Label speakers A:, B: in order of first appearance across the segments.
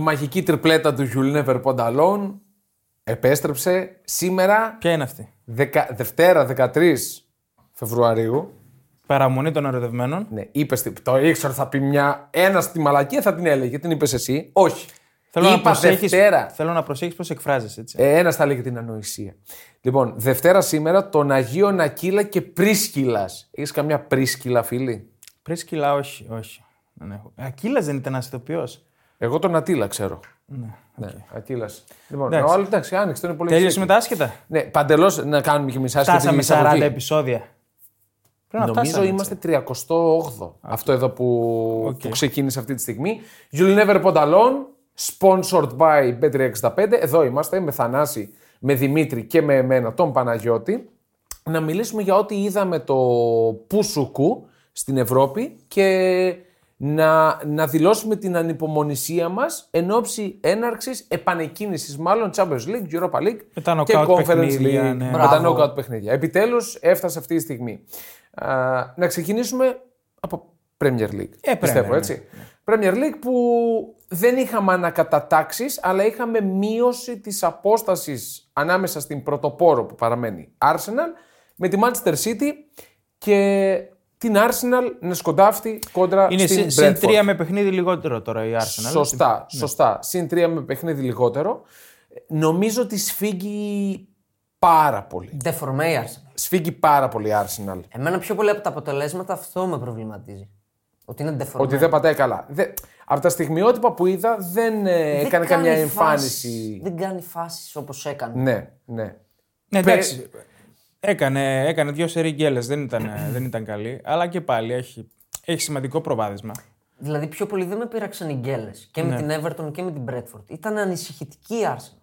A: μαγική τριπλέτα του You'll Never Pond Alone επέστρεψε σήμερα,
B: Ποια είναι αυτή.
A: δεκα- Δευτέρα 13 Φεβρουαρίου.
B: Παραμονή των ερωτευμένων.
A: Ναι, είπες. Το ήξερα, θα πει μια. Ένας στη μαλακία θα την έλεγε, την είπες εσύ. Όχι.
B: Θέλω να,
A: Είπα
B: προσέχεις,
A: Δευτέρα.
B: θέλω να προσέχεις πώς εκφράζεσαι, έτσι.
A: Ε, Ένας θα λέγε την ανοησία. Λοιπόν, Δευτέρα σήμερα τον Αγίων Ακύλα και Πρίσκυλας. Έχεις καμιά Πρίσκυλα, φίλη.
B: Πρίσκυλα, όχι, όχι. Δεν έχω. Ακύλας δεν ήταν αστοποιό.
A: Ε, Εγώ τον Ατήλα ξέρω.
B: Ναι.
A: Ναι, Ακύλα. Λοιπόν,
B: Εντάξει.
A: ο άλλο εντάξει, άνοιξε, είναι πολύ
B: Τέλειωσε
A: Τέλειωσαμε
B: τα άσχετα.
A: Ναι, παντελώς να κάνουμε και εμεί
B: Φτάσαμε 40 επεισόδια. Πρέπει να
A: Νομίζω
B: φτάσαμε,
A: είμαστε 38. Αυτό εδώ που,
B: Οκ.
A: που ξεκίνησε αυτή τη στιγμή. You'll never put alone. Sponsored by Bet365. Εδώ είμαστε με Θανάση, με Δημήτρη και με εμένα, τον Παναγιώτη. Να μιλήσουμε για ό,τι είδαμε το Πουσουκού στην Ευρώπη και να, να δηλώσουμε την ανυπομονησία μας εν ώψη έναρξης επανεκκίνησης μάλλον Champions League, Europa League
B: Με τα
A: και
B: knockout
A: Conference
B: παιχνίδια,
A: League.
B: ναι.
A: Με τα
B: Μπράβο.
A: knockout παιχνίδια. Επιτέλους έφτασε αυτή η στιγμή. Α, να ξεκινήσουμε από Premier League.
B: Ε, Premier,
A: πιστεύω,
B: ναι.
A: έτσι. Premier League που δεν είχαμε ανακατατάξεις, αλλά είχαμε μείωση της απόστασης ανάμεσα στην πρωτοπόρο που παραμένει Arsenal με τη Manchester City και την Arsenal να σκοντάφτει κόντρα
B: Είναι
A: στην
B: συν, συν
A: Brentford.
B: τρία με παιχνίδι λιγότερο τώρα η Arsenal. Ναι.
A: Σωστά, σωστά. Συν τρία με παιχνίδι λιγότερο. Ε, Νομίζω ότι σφίγγει πάρα πολύ.
C: Ντεφορμέια.
A: Σφίγγει πάρα πολύ η Arsenal.
C: Εμένα πιο πολύ από τα αποτελέσματα αυτό με προβληματίζει. Ότι είναι ντεφορμέια.
A: Ότι δεν πατάει καλά. Δε... Από τα στιγμιότυπα που είδα δεν, ε,
C: Δεν
A: έκανε καμιά
C: κάνει
A: εμφάνιση.
C: φάσεις. Δεν κάνει φάσεις όπως έκανε.
A: Ναι, ναι.
B: Ναι, εντάξει. Έκανε, έκανε δύο σερή γκέλες, δεν ήταν, ε, δεν ήταν καλή. Αλλά και πάλι έχει, έχει σημαντικό προβάδισμα.
C: Δηλαδή πιο πολύ δεν με πείραξαν οι γκέλες. Και με
A: Ναι.
C: την Everton και με την Bradford. Ήταν ανησυχητική η Arsenal.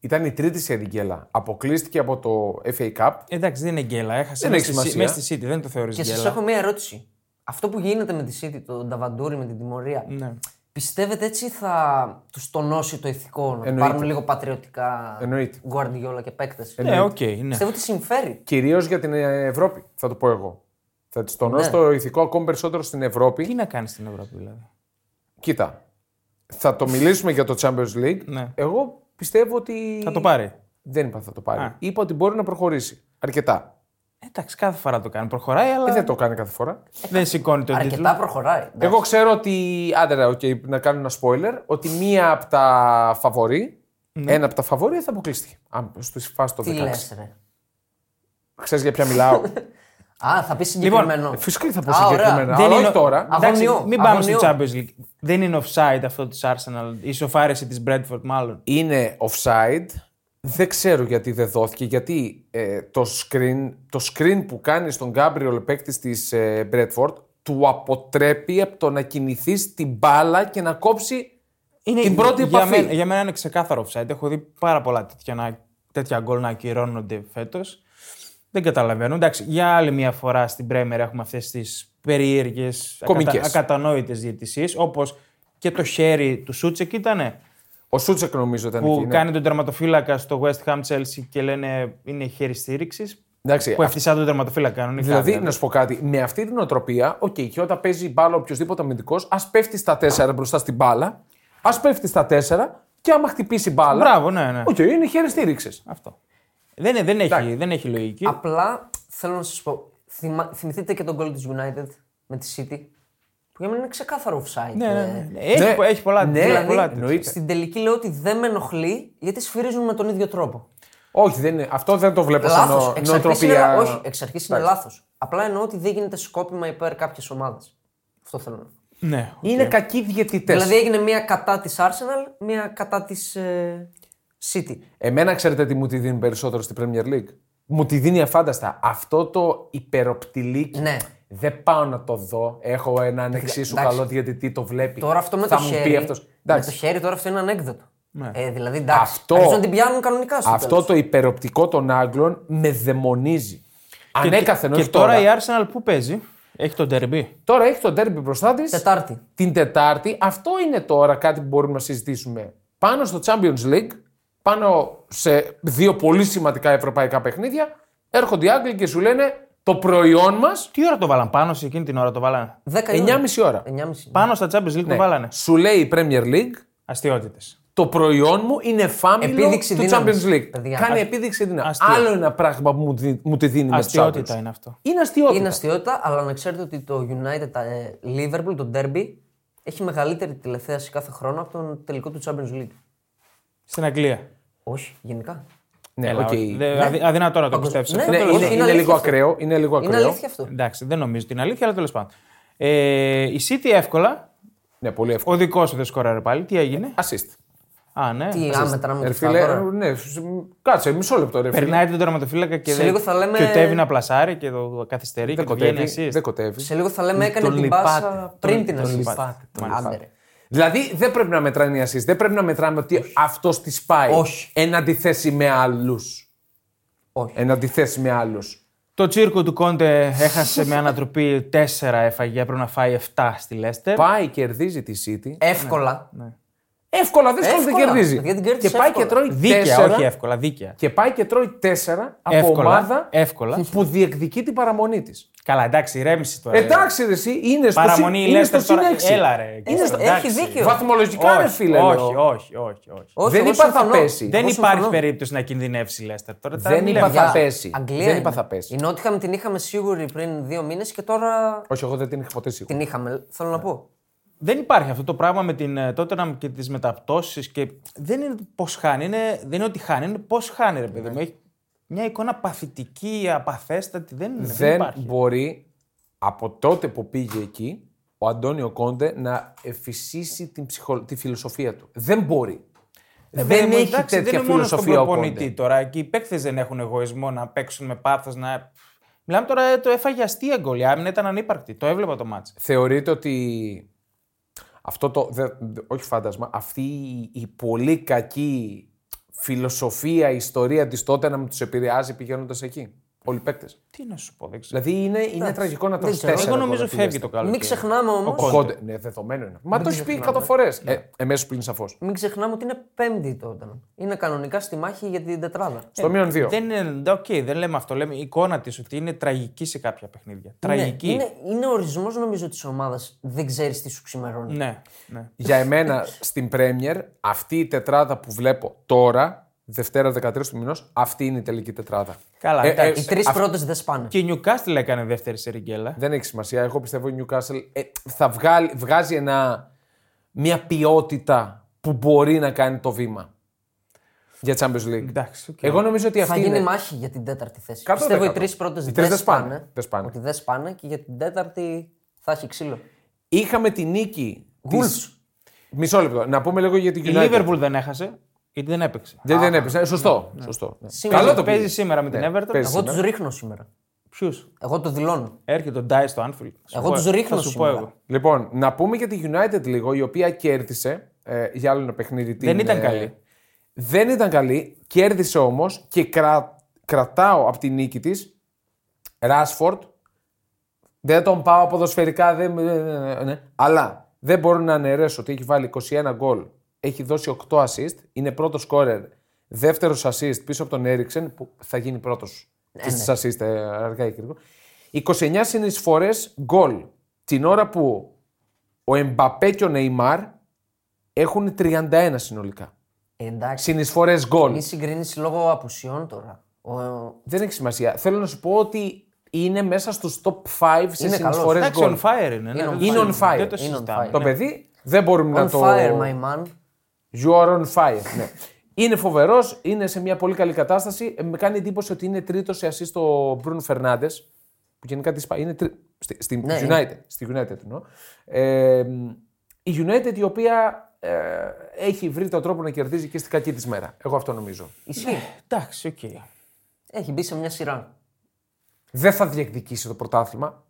A: Ήταν η τρίτη σε γκέλα. Αποκλείστηκε από το FA Cup.
B: Εντάξει, δεν είναι γκέλα. Έχασε
A: Δεν
B: μέσα
A: έχει
B: στη-
A: σημασία.
B: μέσα στη City, δεν το θεωρείς
C: Και σας
B: γκέλα.
C: έχω μία ερώτηση. Αυτό που γίνεται με τη City, τον Ταβαντούρη με την τιμωρία,
B: Ναι.
C: πιστεύετε έτσι θα τους τονώσει το ηθικό να
A: Εννοείται.
C: πάρουν λίγο πατριωτικά
A: Εννοείται.
C: Γκουαρντιόλα και παίκτες.
B: Ναι, οκ, ναι.
C: Πιστεύω ότι συμφέρει.
A: Κυρίως για την ε, Ευρώπη, θα το πω εγώ. Θα τη τονώσω
C: Ναι.
A: το ηθικό ακόμη περισσότερο στην Ευρώπη.
B: Τι να κάνεις στην Ευρώπη, δηλαδή.
A: Κοίτα. Θα το μιλήσουμε για το Champions League.
B: Ναι.
A: Εγώ πιστεύω ότι.
B: Θα το πάρει.
A: Δεν είπα θα το πάρει.
B: Α.
A: Είπα ότι μπορεί να προχωρήσει αρκετά.
B: Εντάξει, κάθε φορά το κάνει. Προχωράει, αλλά
A: Ε,
B: δεν,
A: δεν το κάνει κάθε φορά.
B: σηκώνει τον τίτλο.
C: Αρκετά προχωράει.
A: Εγώ ξέρω ότι. Άντε, ρε, οκ, να κάνω ένα spoiler. Ότι μία από τα φαβορή.
B: Ναι.
A: Ένα από τα φαβορή θα αποκλείστηκε. Αν στο φάση το
C: Τι
A: 16.
C: λες, ρε.
A: Ξέρεις για ποια μιλάω.
C: Α, θα πεις συγκεκριμένο.
A: ε, φυσικά θα πω
C: Α, ωραία.
A: συγκεκριμένα.
B: Δεν
A: Αλλά
B: είναι
A: όχι
B: ο-
A: τώρα.
C: Α,
B: Εντάξει,
C: Αγωνιό,
B: μην πάμε στο
C: αγωνιό.
B: Champions League. Δεν είναι offside αυτό της Arsenal. Η σοφάρεση της Bradford, μάλλον.
A: Είναι offside. Δεν ξέρω γιατί δεν δόθηκε. Γιατί ε, το, screen, το screen που κάνει στον Γκάμπριολ παίκτη της ε, Bradford του αποτρέπει από το να κινηθεί στην μπάλα και να κόψει
B: Είναι
A: την πρώτη
B: για
A: επαφή.
B: Μένα, για μένα είναι ξεκάθαρο offside. Έχω δει πάρα πολλά τέτοια, να, τέτοια γκολ να ακυρώνονται φέτος. Δεν καταλαβαίνω. Εντάξει, για άλλη μια φορά στην Πρέμερ έχουμε αυτές τις περίεργες,
A: Κομικές.
B: ακατανόητες διαιτησίες. Όπως και το χέρι του Σούτσεκ ήτανε.
A: Ο Σούτσεκ νομίζω ήταν
B: που
A: εκεί. ναι.
B: κάνει τον τερματοφύλακα στο West Ham Chelsea και λένε είναι χέρι στήριξης.
A: Εντάξει,
B: Που ευθυσά τον τερματοφύλακα κανονικά. Ναι.
A: Δηλαδή,
C: ναι.
A: να σου πω κάτι, με αυτή την οτροπία, οκ, και όταν παίζει μπάλα οποιοδήποτε αμυντικός, ας πέφτει στα 4 μπροστά στην μπάλα, ας πέφτει στα 4 και άμα χτυπήσει μπάλα.
B: Μπράβο, ναι, ναι.
A: Οκ, είναι χέρι στήριξης.
B: Αυτό. Δεν, είναι- δεν, έχει, δεν έχει λογική.
C: Απλά θέλω να σας πω. θυμα- Θυμηθείτε και τον goal της United με τη City. Που για μένα είναι ξεκάθαρο offside.
B: Ναι, ναι,
C: Ε,
B: ναι. Έχει,
A: ναι.
B: πο- έχει πολλά,
A: Ναι,
B: πολλά-
C: δηλαδή,
B: πολλά τέτοια.
A: εννοείται.
C: Στην τελική λέω ότι δεν με ενοχλεί γιατί σφυρίζουν με τον ίδιο τρόπο.
A: Όχι, δεν είναι, αυτό δεν το βλέπω σαν
C: Λάθος.
A: νο,
C: Εξ αρχής είναι,
A: νοοτροπία.
C: λα- όχι, εξ αρχής είναι λάθος. Απλά εννοώ ότι δεν γίνεται σκόπιμα υπέρ κάποιες ομάδες. Αυτό θέλω να πω.
B: Ναι.
A: Είναι κακοί διαιτητές.
C: Δηλαδή έγινε μία κατά της Arsenal, μία κατά της City.
A: Εμένα ξέρετε τι μου τη δίνει περισσότερο στην Premier League. Μου τη δίνει αφάνταστα. Αυτό το υπεροπτυλίκι.
C: Ναι.
A: Δεν πάω να το δω. Έχω έναν εξίσου
C: εντάξει.
A: καλό διαιτητή, το βλέπει.
C: Τώρα αυτό με
A: Θα
C: το
A: μου
C: χέρι.
A: πει αυτός.
C: Με το χέρι τώρα αυτό είναι ανέκδοτο.
B: Ναι.
C: Ε, δηλαδή εντάξει.
A: Αυτό-
C: αρχίζουν να την πιάνουν κανονικά στο
A: Αυτό το υπεροπτικό των Άγγλων με δαιμονίζει. Ανέκαθεν,
B: και
A: όχι
B: τώρα,
A: τώρα.
B: η Arsenal που παίζει, έχει τον τερμπί.
A: Τώρα έχει το ντέρμπι μπροστά της.
C: Τετάρτη.
A: Την Τετάρτη. Αυτό είναι τώρα κάτι που μπορούμε να συζητήσουμε. Πάνω στο Champions League, πάνω σε δύο πολύ σημαντικά ευρωπαϊκά παιχνίδια, έρχονται οι Άγγλοι και σου λένε το προϊόν μας
B: Τι ώρα το βάλαν πάνω σε εκείνη την ώρα το βάλανε.
C: 10
B: ναι.
C: ώρα.
A: 9,5 ώρα.
C: 9,5.
B: Πάνω στα Champions League
A: Ναι.
B: το βάλανε.
A: Σου λέει η Premier League,
B: Αστείωτε.
A: το προϊόν μου είναι φάμιλο
C: Επίδειξη
A: του
C: δύναμης,
A: Champions League.
C: παιδιά.
A: Κάνει
C: Α-
A: επίδειξη δύναμη.
B: αστείο.
A: Άλλο ένα πράγμα που μου τη- μου τη δίνει με τους Champions.
B: Αστείωτα είναι αυτό.
A: Είναι αστείωτητα.
C: Είναι αστείωτα, αλλά να ξέρετε ότι το United ε, Liverpool, το Derby, έχει μεγαλύτερη τηλεθέαση κάθε χρόνο από τον τελικό του Champions League.
B: Στην Αγγλία.
C: Όχι, γενικά.
A: Ναι,
B: Έλα,
A: οκ.
B: όχι. Δε- αδυ- Αδυνατό να το
C: Παγκοσμίω.
B: πιστέψει.
C: Ναι,
B: αυτό.
A: Ναι,
C: τέλος
A: είναι,
C: πάντων.
A: είναι
C: Είναι
A: λίγο
C: αλήθεια
A: ακραίο. Είναι λίγο
C: Είναι
A: ακραίο.
C: αλήθεια αυτό.
B: Εντάξει, δεν νομίζω την αλήθεια, αλλά τέλος πάντων. Ε, η City εύκολα.
A: Ναι, πολύ εύκολο.
B: Ο δικός σου δεν σκόραρε πάλι. Τι έγινε.
A: Assist.
B: Α, ναι.
C: Τι άμετρα με
A: Ρε
C: τους
A: Ε, φίλε,
C: τα τώρα.
A: ναι, σ- μ, κάτσε, μισό λεπτό. Ρε, φίλε.
B: Περνάει τον τερματοφύλακα και
C: Σε λίγο θα λέμε-
B: και ο Τέβι να πλασάρει και το καθυστερεί και
A: Δεν
B: το βγαίνει
A: κοτεύει.
B: assist.
A: Δεν κοτεύει.
C: Σε λίγο θα λέμε έκανε
A: Τον
C: την
A: λυπάται,
C: πάσα πριν την
A: τον
C: assist.
A: λυπάται, τον
C: Άντε
A: λυπάται.
C: ρε.
A: Δηλαδή δεν πρέπει να μετράνε οι assist, δεν πρέπει να μετράμε ότι αυτό τη πάει.
C: Όχι.
A: Εν αντιθέσει με άλλους.
C: Όχι.
A: Εν αντιθέσει με άλλους.
B: Το τσίρκο του Κόντε έχασε με ανατροπή 4 έφαγε. Έπρεπε να φάει 7 στη Λέστερ.
A: Πάει, κερδίζει τη City.
C: Εύκολα.
A: ναι. Εύκολα, δύσκολα
C: Ε, Εύκολα.
A: την κερδίζει.
C: Παιδιά, την
A: και
C: κέρδισε
A: πάει και
C: εύκολα.
A: τρώει
B: Δίκαια,
A: τέσσερα.
B: όχι εύκολα, δίκαια.
A: Και πάει και τρώει τέσσερα από
B: Εύκολα,
A: ομάδα
B: εύκολα.
A: που διεκδικεί την παραμονή της.
B: Καλά, εντάξει, ηρέμηση τώρα.
A: Ε, Εντάξει, ρε, εσύ είναι στο,
B: Παραμονή
A: συν-
B: η
A: είναι
B: Λέστερ
A: στο συν
B: τώρα.
A: έξι.
B: Έλα ρε.
A: Είναι στο-
B: εντάξει.
C: έχει δίκιο.
A: Βαθμολογικά,
B: όχι,
A: ρε φίλε.
B: όχι,
A: λέω.
B: όχι, όχι, όχι.
C: Όχι,
A: Δεν
C: εγώ
A: είπα θα
C: συμφωνώ.
A: πέσει.
B: Δεν
C: Εγώ
B: υπάρχει
C: συμφωνώ.
B: περίπτωση να κινδυνεύσει η Λέστερ. Τώρα τα
A: Δεν
B: μιλάμε.
A: είπα θα
B: Για-
C: Παιδιά,
A: πέσει.
C: Αγγλία
A: Δεν
C: είναι.
A: είπα θα πέσει.
C: Η Νότιχαμ την είχαμε σίγουρη πριν δύο μήνες και τώρα
A: Όχι, εγώ δεν την είχα ποτέ σίγουρη.
C: την είχαμε. Θέλω
A: Ναι.
C: να πω.
B: Δεν υπάρχει αυτό το πράγμα με την ε, Tottenham και τις μεταπτώσεις. Και... Δεν είναι πώς χάνει, είναι... δεν είναι ότι χάνει, είναι πώς χάνει, ρε
A: Ναι.
B: παιδί μου. Έχει μια εικόνα παθητική, απαθέστατη. Δεν, είναι, Ε, δεν
A: δεν
B: υπάρχει.
A: μπορεί από τότε που πήγε εκεί ο Αντώνιο Κόντε να εφησίσει την ψυχο... τη φιλοσοφία του. Δεν μπορεί.
B: Ε, Βέβαια,
A: δεν
B: μου,
A: έχει
B: εντάξει,
A: τέτοια
B: δεν είναι μόνο στον
A: φιλοσοφία ο
B: προπονητή
A: Κόντε.
B: τώρα. Και οι παίκτες δεν έχουν εγωισμό να παίξουν με πάθος. Να... Μιλάμε τώρα, ε, το έφαγε αστεία γκολ. Η άμυνα ήταν ανύπαρκτη. Το έβλεπα το μάτς.
A: Θεωρείτε ότι αυτό το, δε- δε- όχι φάντασμα, αυτή η, η πολύ κακή φιλοσοφία, η ιστορία της τότε να μην τους επηρεάζει πηγαίνοντας εκεί. Όλοι οι παίκτες.
B: Τι να σου πω, δεν ξέρω.
A: Δηλαδή είναι, είναι τραγικό να τρως
C: ξέρω.
A: τέσσερα.
B: Εγώ
A: γκολ
B: νομίζω
A: από τη
B: φεύγει
A: Leicester.
B: το καλό.
C: Μην ξεχνάμε όμως.
A: Ο Κόντε. Ναι, δεδομένο είναι. Μα το έχεις πει 100 φορές.
B: Ναι.
A: Ε, Εμέσως που είναι σαφώς.
C: Μην ξεχνάμε ότι είναι πέμπτη τότε. Είναι κανονικά στη μάχη για την τετράδα.
A: Στο μείον 2.
B: Δεν είναι. Οκ, δεν λέμε αυτό. Λέμε η εικόνα της ότι είναι τραγική σε κάποια παιχνίδια.
A: Ναι,
B: Τραγική.
C: Είναι, είναι, είναι ορισμός νομίζω της ομάδας. Δεν ξέρεις τι σου ξημερώνει.
B: Ναι, ναι.
A: Για εμένα στην Πρέμιερ, αυτή η τετράδα που βλέπω τώρα, Δευτέρα 13 του μηνός, αυτή είναι η τελική τετράδα.
B: Καλά, εντάξει.
C: Οι τρεις
A: αυ-
C: πρώτες δεν σπάνε.
B: Ε, Και η Newcastle έκανε δεύτερη σεριγκέλα.
A: Δεν έχει σημασία. Εγώ πιστεύω η Newcastle ε, θα βγάλει, βγάζει ένα, μια ποιότητα που μπορεί να κάνει το βήμα για Champions League.
B: Εντάξει, οκ.
A: Εγώ νομίζω ότι αυτή
C: Θα γίνει
A: είναι.
C: μάχη για την τέταρτη θέση.
A: 100%.
C: Πιστεύω οι τρεις πρώτες
A: Οι τρεις
C: δεν
A: δεν σπάνε.
C: σπάνε. Ε,
A: Δεν σπάνε.
C: Ότι δεν σπάνε και για την τέταρτη θα έχει ξύλο.
A: Είχαμε τη νίκη.
C: Wolves.
A: Της... Μισό λεπτό. Να πούμε λίγο για την
B: Η
A: United.
B: Liverpool δεν έχασε, γιατί δεν έπαιξε.
A: Δεν, δεν έπαιξε. Σωστό. σωστό. Ναι.
C: Σήμερα
A: Καλό το
B: παίζει
A: πήγε.
B: σήμερα με την
A: Ναι,
B: Everton.
A: παίζει
C: Εγώ
A: σήμερα.
C: του ρίχνω σήμερα.
B: Ποιους.
C: Εγώ το δηλώνω.
B: Έρχεται ο Ντάι στο Anfield. Σου
C: Εγώ
B: πω-
C: τους ρίχνω
B: θα σου πω
C: σήμερα.
B: εγώ.
A: Λοιπόν, να πούμε για τη United λίγο, η οποία κέρδισε ε, για άλλο ένα παιχνίδι. ε,
B: Δεν ήταν καλή.
A: Δεν ήταν καλή, κέρδισε όμως και κρα- κρατάω από τη νίκη της Ράσφορντ. Δεν τον πάω ποδοσφαιρικά, δεν. ναι, ναι, ναι. Αλλά δεν μπορώ να αναιρέσω ότι έχει βάλει 21 γκολ, έχει δώσει 8 assist, είναι πρώτος σκόρερ, δεύτερος assist πίσω από τον Έριξεν που θα γίνει πρώτος στις assist ε, αργά ή γρήγορα. 29 συνεισφορές γκολ. Την ώρα που ο Εμπαπέ και ο Νεϊμάρ έχουν 31 συνολικά.
C: Ε, Εντάξει.
A: Συνεισφορές γκολ.
C: Μη συγκρίνεις λόγω απουσιών τώρα. Ο,
A: Δεν έχει σημασία. Θέλω να σου πω ότι είναι μέσα στους top 5 σε
C: Είναι καλός.
A: συνεισφορές
B: Εντάξει, on
A: γκολ.
B: fire είναι. ναι,
C: Είναι on
B: δεν το
A: fire.
B: συζητάμε, Δεν
A: Είναι
B: το
C: on
B: συζητάμε.
C: fire.
A: Το
B: ναι.
A: παιδί δεν μπορούμε
C: on
A: να το.
C: fire, my man.
A: You are on fire. ναι. Είναι φοβερός, είναι σε μια πολύ καλή κατάσταση. Ε, Με κάνει εντύπωση ότι είναι τρίτος σε assist ο Μπρούνο Φερνάντες. Που γενικά τη πάει. Είναι τρι... στη, στη
C: Ναι,
A: United.
C: είναι.
A: Στη United εννοώ. Ε, η United η οποία ε, έχει βρει τον τρόπο να κερδίζει και στην κακή της μέρα. Εγώ αυτό νομίζω.
C: Ισχύει.
B: Εντάξει, οκ.
C: Έχει μπει σε μια σειρά.
A: Δεν θα διεκδικήσει το πρωτάθλημα.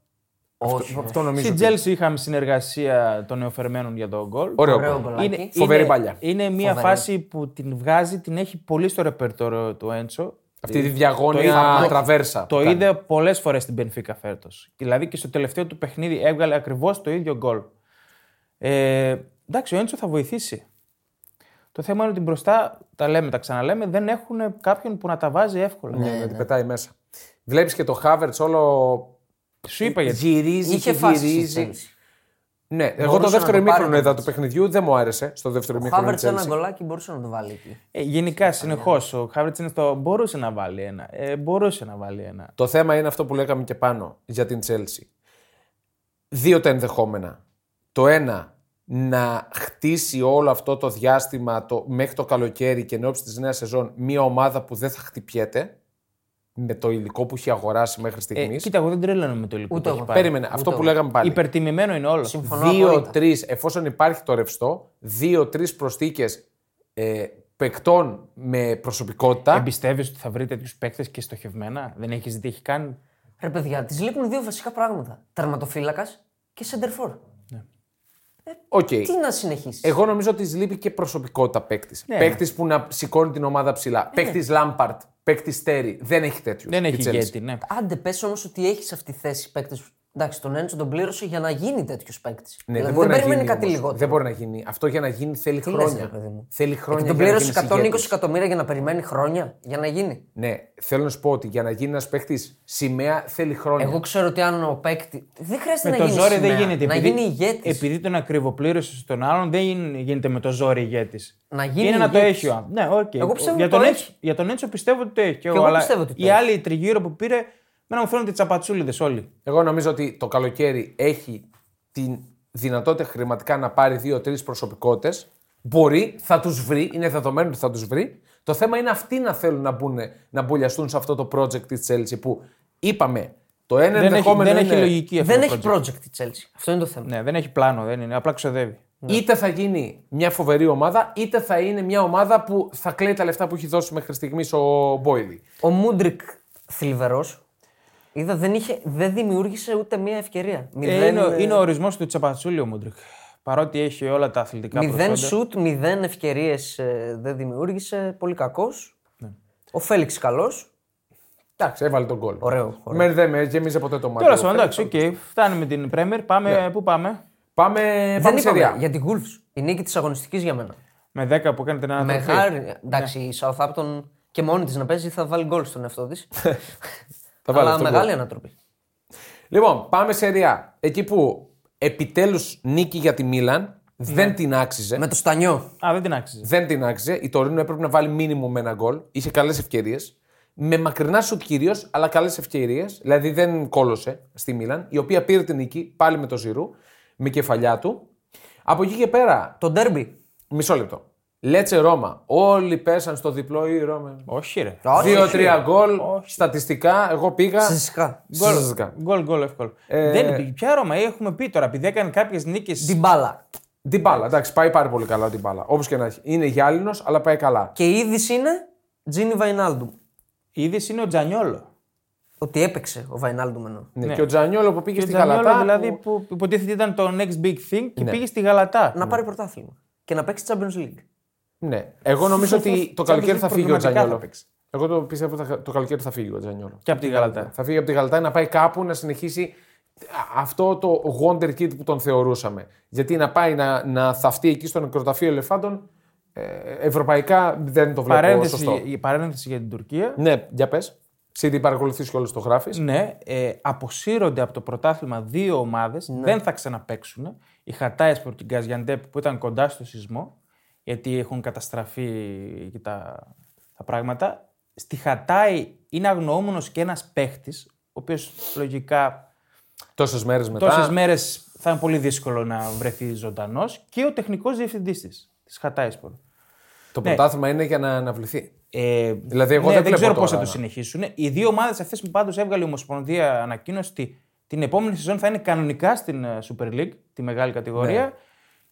C: Όχι.
A: Αυτό, αυτό νομίζω.
B: Στην
A: ότι-
B: Τζέλση είχαμε συνεργασία των νεοφερμένων για τον γκολ.
A: Ωραίο.
C: Ωραίο
A: γκολ.
C: γκολάκι.
A: Φοβερή παλιά.
B: Είναι μια
C: Φοβερή.
B: φάση που την βγάζει, την έχει πολύ στο ρεπερτόριο του Έντσο.
A: Αυτή τη
B: Το
A: διαγώνια
B: είδα-
A: τραβέρσα.
B: Το είδε πολλές φορές στην Πενφύκα φέτος. Δηλαδή και στο τελευταίο του παιχνίδι έβγαλε ακριβώς το ίδιο γκολ. Ε, εντάξει, ο Έντσο θα βοηθήσει. Το θέμα είναι ότι μπροστά, τα λέμε, τα ξαναλέμε, δεν έχουν κάποιον που να τα βάζει εύκολα.
A: Ναι, ναι, την πετάει μέσα. Βλέπεις και το Χάβερτ όλο.
B: Σου είπα γιατί.
A: Γυρίζει
C: Είχε
A: και
C: φάσει.
A: γυρίζει.
C: στη Chelsea.
A: Ναι, εγώ
C: Μπορούσε
A: το
C: να
A: δεύτερο
C: το πάρει
A: ημίχρονο
C: το
A: είδα
C: μάτς.
A: του παιχνιδιού, δεν μου άρεσε στο δεύτερο
C: Ο
A: ημίχρονο.
C: Χάβερτ
A: της Chelsea.
C: ένα γκολάκι μπορούσε να το βάλει εκεί.
B: Ε, γενικά, συνεχώ ο Χάβριτ είναι στο. Μπορούσε να βάλει ένα. Ε, μπορούσε να βάλει ένα.
A: Το θέμα είναι αυτό που λέγαμε και πάνω για την Chelsea. Δύο τα ενδεχόμενα. Το ένα, να χτίσει όλο αυτό το διάστημα το, μέχρι το καλοκαίρι και εν ώψη της νέας σεζόν μια ομάδα που δεν θα χτυπιέται με το υλικό που έχει αγοράσει μέχρι
B: Ε,
A: στιγμής.
B: κοίτα, εγώ δεν τρελαίνω με το υλικό
C: Ούτε
B: που έχει
C: εγώ.
B: πάρει.
A: Περίμενε, αυτό
C: ούτε
A: που
C: εγώ.
A: λέγαμε πάλι.
B: Υπερτιμημένο είναι όλο.
C: Συμφωνώ. απόλυτα.
A: Δύο-τρει, εφόσον υπάρχει το ρευστό, δύο-τρει προστίκε ε, παικτών με προσωπικότητα.
B: Εμπιστεύει ότι θα βρει τέτοιους παίκτες και στοχευμένα. Δεν έχεις δει τι έχει κάνει.
C: Ρε παιδιά, τη λείπουν δύο βασικά πράγματα. Τερματοφύλακας και σεντερφόρ.
A: Οκ.
C: Τι να συνεχίσεις.
A: Ε, Εγώ νομίζω ότι τη λείπει και προσωπικότητα παίκτης.
B: Ναι.
A: Παίκτης που να σηκώνει την ομάδα
C: Ναι.
A: ψηλά. Παίκτη Λάμπαρτ, παίκτη Στέρι. Δεν έχει τέτοιους.
B: Δεν έχει ηγέτη, ναι.
C: Άντε, πες όμως ότι έχεις αυτή τη θέση παίκτης. Εντάξει, τον Έντσο τον πλήρωσε για να γίνει τέτοιο παίκτης.
A: Ναι,
C: δηλαδή,
A: μπορεί
C: δεν
A: να
C: περιμένει
A: γίνει
C: κάτι
A: όμως.
C: λιγότερο.
A: Δεν μπορεί να γίνει. Αυτό για να γίνει θέλει
C: λες,
A: χρόνια.
C: ρε παιδί μου.
A: Θέλει χρόνια.
C: Και τον
A: για να
C: πλήρωσε
A: γίνεις
C: 120
A: ηγέτης.
C: εκατομμύρια για να περιμένει χρόνια για να γίνει.
A: Ναι, θέλω να σου πω ότι για να γίνει ένας παίκτης σημαία θέλει χρόνια.
C: Εγώ ξέρω ότι αν ο παίκτη. Δεν χρειάζεται
B: Με
C: να
B: το
C: γίνει.
B: ζόρι δεν
C: σημαία.
B: γίνεται.
C: Ναι. Να
B: επειδή-
C: γίνει ηγέτης.
B: Επειδή τον ακριβοπλήρωσε στον άλλον, δεν γίνει- γίνεται με το ζόρι ηγέτης.
C: Να γίνει
B: Είναι να το
C: ηγέτης.
B: έχει ο άνθρωπος. Ναι, οκ.
C: Εγώ πιστεύω
B: για
C: ότι το
B: τον,
C: έχει.
B: Έτσο, για τον Έτσο πιστεύω ότι το έχει. Και
C: εγώ πιστεύω ότι το
B: οι
C: έχει.
B: άλλοι τριγύρω που πήρε, μένα μου φαίνονται τσαπατσούλιδες όλοι.
A: Εγώ νομίζω ότι το καλοκαίρι έχει τη δυνατότητα χρηματικά να πάρει δύο-τρει προσωπικότητες. Μπορεί, θα τους βρει, είναι δεδομένο ότι θα τους βρει. Το θέμα είναι αυτοί να θέλουν να, μπουν, να μπουλιαστούν σε αυτό το project της Chelsea που είπαμε. Το ένα
B: Δεν έχει,
A: ενδεχόμενο
B: δεν έχει
A: είναι
B: λογική αυτό.
C: ναι. δεν
B: το
C: έχει
B: project.
C: project η Chelsea. Αυτό είναι το θέμα.
B: Ναι, δεν έχει πλάνο, δεν είναι. Απλά ξοδεύει.
A: είτε θα γίνει μια φοβερή ομάδα, είτε θα είναι μια ομάδα που θα κλαίει τα λεφτά που έχει δώσει μέχρι στιγμής ο Μπόιλι.
C: Ο Μούντρικ θλιβερός. Είδα δεν, είχε, δεν δημιούργησε ούτε μία ευκαιρία.
B: Ε,
C: Μηδέν,
B: είναι, ο-
C: ε,
B: είναι ο ορισμός του τσαπατσούλι ο Μούντρικ. Παρότι έχει όλα τα αθλητικά
C: ε, μηδέν
B: προσόντα.
C: σουτ, μηδέν ευκαιρίες δεν δημιούργησε. Πολύ κακός.
B: Ναι.
C: Ο Φέληξ καλός.
A: Εντάξει, έβαλε τον κόλ.
C: Ωραίο. ωραίο.
A: Μέρ δεν με γέμιζε ποτέ το μάτι.
B: Τέλος πάντων, εντάξει, οκ. φτάνουμε την Πρέμερ. Πάμε,
C: Ναι.
B: Πού Ναι, πάμε.
A: Πάμε,
C: Δεν
A: πάμε σε
C: είπαμε
A: ριά.
C: για την Wolves. Η νίκη της αγωνιστικής για μένα.
B: Με 10 που έκανε την
C: Με
B: ανατροφή.
C: χάρη. Εντάξει, η Southampton και μόνη της να παίζει θα βάλει γκολ στον εαυτό της.
A: Θα βάλει
C: Αλλά
A: αυτό το
C: μεγάλη ανατροπή.
A: Λοιπόν, πάμε σε Ριά. Εκεί που επιτέλους νίκη για τη Μίλαν. Δεν την
B: Ε.
A: άξιζε.
C: Ναι. Με το Στανιό.
B: Α, δεν την άξιζε.
A: Δεν την άξιζε. Η Τωρίνο έπρεπε να βάλει μήνυμο με ένα γκολ. Είχε καλές ευκαιρίες. Με μακρινά σουτ κυρίως, αλλά καλές ευκαιρίες. Δηλαδή δεν κόλωσε στη Μίλαν, η οποία πήρε την νίκη πάλι με το Ζηρού, με κεφαλιά του. Από εκεί και πέρα,
C: Το ντέρμπι.
A: μισό λεπτό. Λέτσε Ρώμα. Όλοι πέσαν στο διπλό ή Ρώμα.
B: Όχι, ρε.
C: Όχι,
A: Δύο-τρία γκολ. Στατιστικά, εγώ πήγα.
C: Φυσικά.
A: Στατιστικά.
B: Γκολ, γκολ, εύκολο.
A: Ε,
B: Δεν, ποια Ρώμα έχουμε πει τώρα, επειδή έκανε κάποιες νίκες.
C: Την μπάλα.
A: Την μπάλα, εντάξει, πάει πάρα πολύ καλά την μπάλα. Όπως και να έχει. Είναι γυάλινος, αλλά πάει καλά.
C: Και η είδηση είναι Τζίνι Βαϊνάλντουμ.
B: Η είδηση είναι ο Τζανιόλο.
C: Ότι έπαιξε ο Βαϊνάλντουμ ενώ.
A: Ναι. Και ο Τζανιόλο που πήγε
B: Ο
A: στη
B: Τζανιόλο
A: Γαλατά.
B: δηλαδή
A: που-
B: που... υποτίθεται ήταν το next big thing και πήγε στη Γαλατά.
C: Να πάρει πρωτάθλημα. Και να παίξει Champions League.
A: Ναι. Εγώ νομίζω ότι το
B: Champions
A: καλοκαίρι
B: League
A: θα φύγει ο
B: προβληματικά
A: Τζανιόλο.
B: θα παίξεις.
A: Εγώ το πιστεύω ότι θα- το καλοκαίρι θα φύγει ο Τζανιόλο.
B: Και από τη Γαλατά.
A: Θα φύγει από τη Γαλατά να πάει κάπου να συνεχίσει αυτό το wonder kid που τον θεωρούσαμε. Γιατί να πάει να, να θαυτεί εκεί στο νεκροταφείο ελεφάντων, ε, ευρωπαϊκά δεν το βλέπω σωστό.
B: Παρένθεση, η παρένθεση για την Τουρκία.
A: Ναι, για πες. Εσύ την παρακολουθείς και όλο το γράφεις.
B: Ναι, ε, αποσύρονται από το πρωτάθλημα δύο ομάδες.
A: Ναι.
B: Δεν θα ξαναπέξουν. Η Χατάεσπορ και η Γκαζιαντέπ που ήταν κοντά στο σεισμό, γιατί έχουν καταστραφεί εκεί τα, τα πράγματα. Στη Χατάη είναι αγνοούμενος και ένας παίχτης, ο οποίος λογικά
A: Τόσες μέρες μετά.
B: τόσες μέρες θα είναι πολύ δύσκολο να βρεθεί ζωντανός και ο τεχνικός διευθυντής της, της Χατάεσπορ.
A: Το
B: Ναι.
A: πρωτάθλημα είναι για να αναβληθεί.
B: Ε,
A: Δηλαδή, εγώ
B: ναι,
A: δεν βλέπω
B: δεν ξέρω πώς
A: τώρα
B: θα το
A: να-
B: συνεχίσουν. Οι δύο ομάδες αυτές που πάντως έβγαλε η Ομοσπονδία ανακοίνωση ότι την επόμενη σεζόν θα είναι κανονικά στην ε, Super League, τη μεγάλη κατηγορία.
A: Ναι.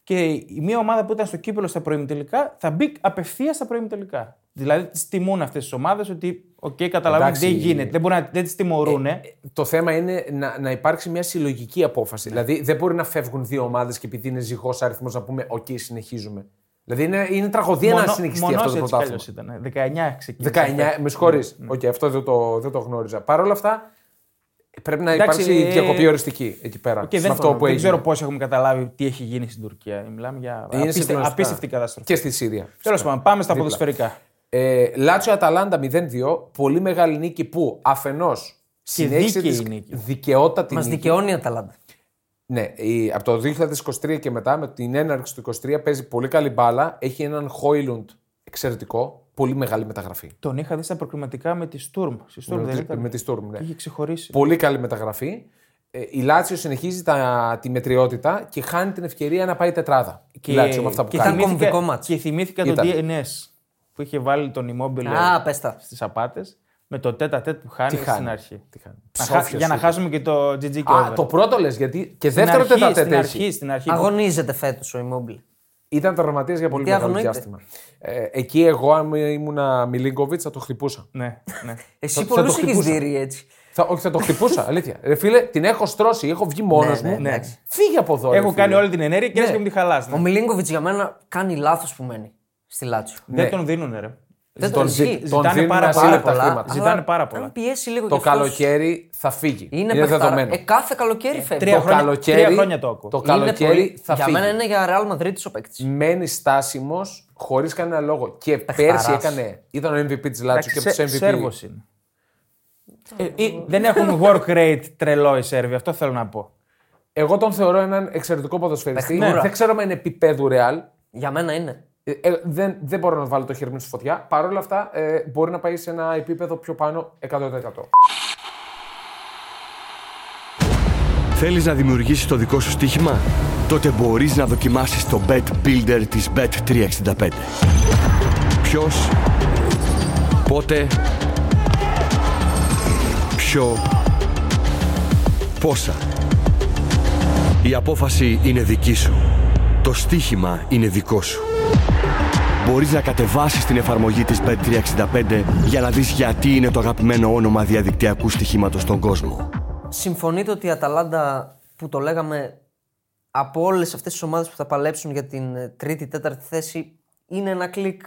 B: Και η μία ομάδα που ήταν στο κύπελο στα προημιτελικά θα μπει απευθείας στα προημιτελικά. Δηλαδή τις τιμούν αυτές τις ομάδες ότι, οκ, καταλαβαίνω ότι
A: Εντάξει. Ε,
B: δεν γίνεται, δεν, μπορεί να, δεν τις τιμωρούν.
A: Το θέμα είναι να, να υπάρξει μια συλλογική απόφαση. Δηλαδή, δεν μπορεί να φεύγουν δύο ομάδες και επειδή είναι ζυγός αριθμός να πούμε οκ, συνεχίζουμε. Δηλαδή, είναι, είναι τραγωδία να συνεχιστεί αυτό το πρωτάθλημα.
B: ήταν. ε. 19 ξεκίνησε. Ναι,
A: 19, με συγχωρεί. Οκ, αυτό δεν το, δεν το γνώριζα. Παρ' όλα αυτά, Πρέπει να
B: Εντάξει,
A: υπάρξει
B: ε,
A: διακοπή οριστική εκεί πέρα.
B: Και
A: σε
B: δεν,
A: αυτό που
B: δεν
A: έγινε.
B: ξέρω πώς έχουμε καταλάβει τι έχει γίνει στην Τουρκία. Μιλάμε για
A: Είναι
B: απίστε,
A: συγκλονιστικά.
B: απίστευτη καταστροφή.
A: Και στη Σύρια.
B: Τέλος πάντων, πάμε στα ποδοσφαιρικά.
A: Ε, Λάτσιο Αταλάντα 0-2. Πολύ μεγάλη νίκη που αφενός συνέχισε
B: δίκαιη
A: της
B: νίκη.
A: δικαιότατη
C: Μας
A: νίκη.
C: δικαιώνει η Αταλάντα.
A: Ναι, η, από το 2023 και μετά, με την έναρξη του 2023, παίζει πολύ καλή μπάλα. Έχει έναν Χόιλουντ εξαιρετικό. Πολύ μεγάλη μεταγραφή.
B: Τον είχα δει στα προκριματικά με τη Στουρμ. Στη Στουρμ
A: με,
B: δεν
A: τη-
B: ήταν.
A: με τη Στουρμ, ναι.
B: Και Είχε ξεχωρίσει.
A: Πολύ καλή μεταγραφή. Ε, η Λάτσιο συνεχίζει τα, τη μετριότητα και χάνει την ευκαιρία να πάει τετράδα. Και, η Λάτσιο με αυτά που
B: και
A: κάνει.
C: ήταν
B: θυμήθηκα-
C: κομβικό μάτς.
B: Και θυμήθηκα
A: Ήταν.
B: το DNS που είχε βάλει τον Immobile
A: Ναι.
C: Α, πες τα.
B: στις απάτες με το τέτα τέτ που χάνει,
A: Τι χάνει.
B: στην αρχή.
A: Τι χάνει.
B: Να χα-
A: Ψόφιος
B: για να
A: ήταν.
B: χάσουμε και το GG και
A: Α, το πρώτο λες, γιατί και δεύτερο
B: στην αρχή,
A: τετατέτ
B: στην
A: έχει.
B: αρχή, στην αρχή.
C: Αγωνίζεται φέτος ο Immobile.
A: Ήταν τραυματία για πολύ
C: Τι
A: μεγάλο
C: αγνοείται.
A: διάστημα. Ε, εκεί εγώ, αν ήμουν Μιλίνκοβιτ, θα το χτυπούσα.
B: Ναι, ναι.
A: Θα-
C: Εσύ
A: θα το
C: πολλού έχει
A: χτυπούσα.
C: δει έτσι.
A: Θα, όχι, θα το χτυπούσα, αλήθεια. Ρε φίλε, την έχω στρώσει, έχω βγει μόνος
C: Ναι, ναι,
A: μου.
C: ναι.
A: Φύγε από εδώ. ρε
B: Έχω
A: φίλε.
B: κάνει όλη την ενέργεια και
A: Ναι.
B: έτσι και μου τη χαλάς.
C: Ο Μιλίνκοβιτ για μένα κάνει λάθος που μένει στη Λάτσιο.
B: Δεν τον δίνουν, ρε.
C: Δεν
A: Ναι. Τον,
C: τον
A: ζη-
C: ισχύει.
A: τον
B: Ζητάνε
A: δίνουν
B: πάρα
A: ασύλληπτα
B: πολλά.
A: χρήματα.
B: Ζητάνε πάρα πολλά.
C: Αν πιέσει λίγο
A: Το
C: κι αυτός,
A: καλοκαίρι θα φύγει. Είναι,
C: Είναι, παιχτάρα.
A: δεδομένο.
C: Ε, κάθε καλοκαίρι φεύγει.
B: τρία
A: το
B: χρόνια-
A: καλοκαίρι,
B: τρία χρόνια το ακούω. Είναι
A: καλοκαίρι
C: πολύ-
A: θα
C: για
A: φύγει. Ναι.
C: μένα είναι για Real Madrid ο παίκτης.
A: Μένει στάσιμος χωρίς κανένα λόγο. Και
C: Παιχταράς.
A: πέρσι έκανε. Ήταν ο MVP της Λάτσου και από του MVP.
B: Σέρβος είναι. Ε, ε, δεν έχουν work rate τρελό οι Σέρβοι, αυτό θέλω να πω.
A: Εγώ τον θεωρώ έναν εξαιρετικό ποδοσφαιριστή.
C: Παιχνούρα.
A: Δεν ξέρω αν είναι επίπεδου ρεάλ.
C: Για μένα είναι.
A: δεν, δεν μπορώ να βάλω το χέρι μου στη φωτιά. Παρ' όλα αυτά, ε, μπορεί να πάει σε ένα επίπεδο πιο πάνω 100%.
D: Θέλεις να δημιουργήσεις το δικό σου στοίχημα? Τότε μπορείς να δοκιμάσεις το Bet Builder της Bet365. Ποιος, πότε, ποιο, πόσα. Η απόφαση είναι δική σου. Το στοίχημα είναι δικό σου. Μπορείς να κατεβάσεις την εφαρμογή της Bet365 για να δεις γιατί είναι το αγαπημένο όνομα διαδικτυακού στοιχήματος στον κόσμο.
C: Συμφωνείτε ότι η Αταλάντα που το λέγαμε από όλες αυτές τις ομάδες που θα παλέψουν για την ε, τρίτη-τέταρτη θέση είναι ένα κλικ.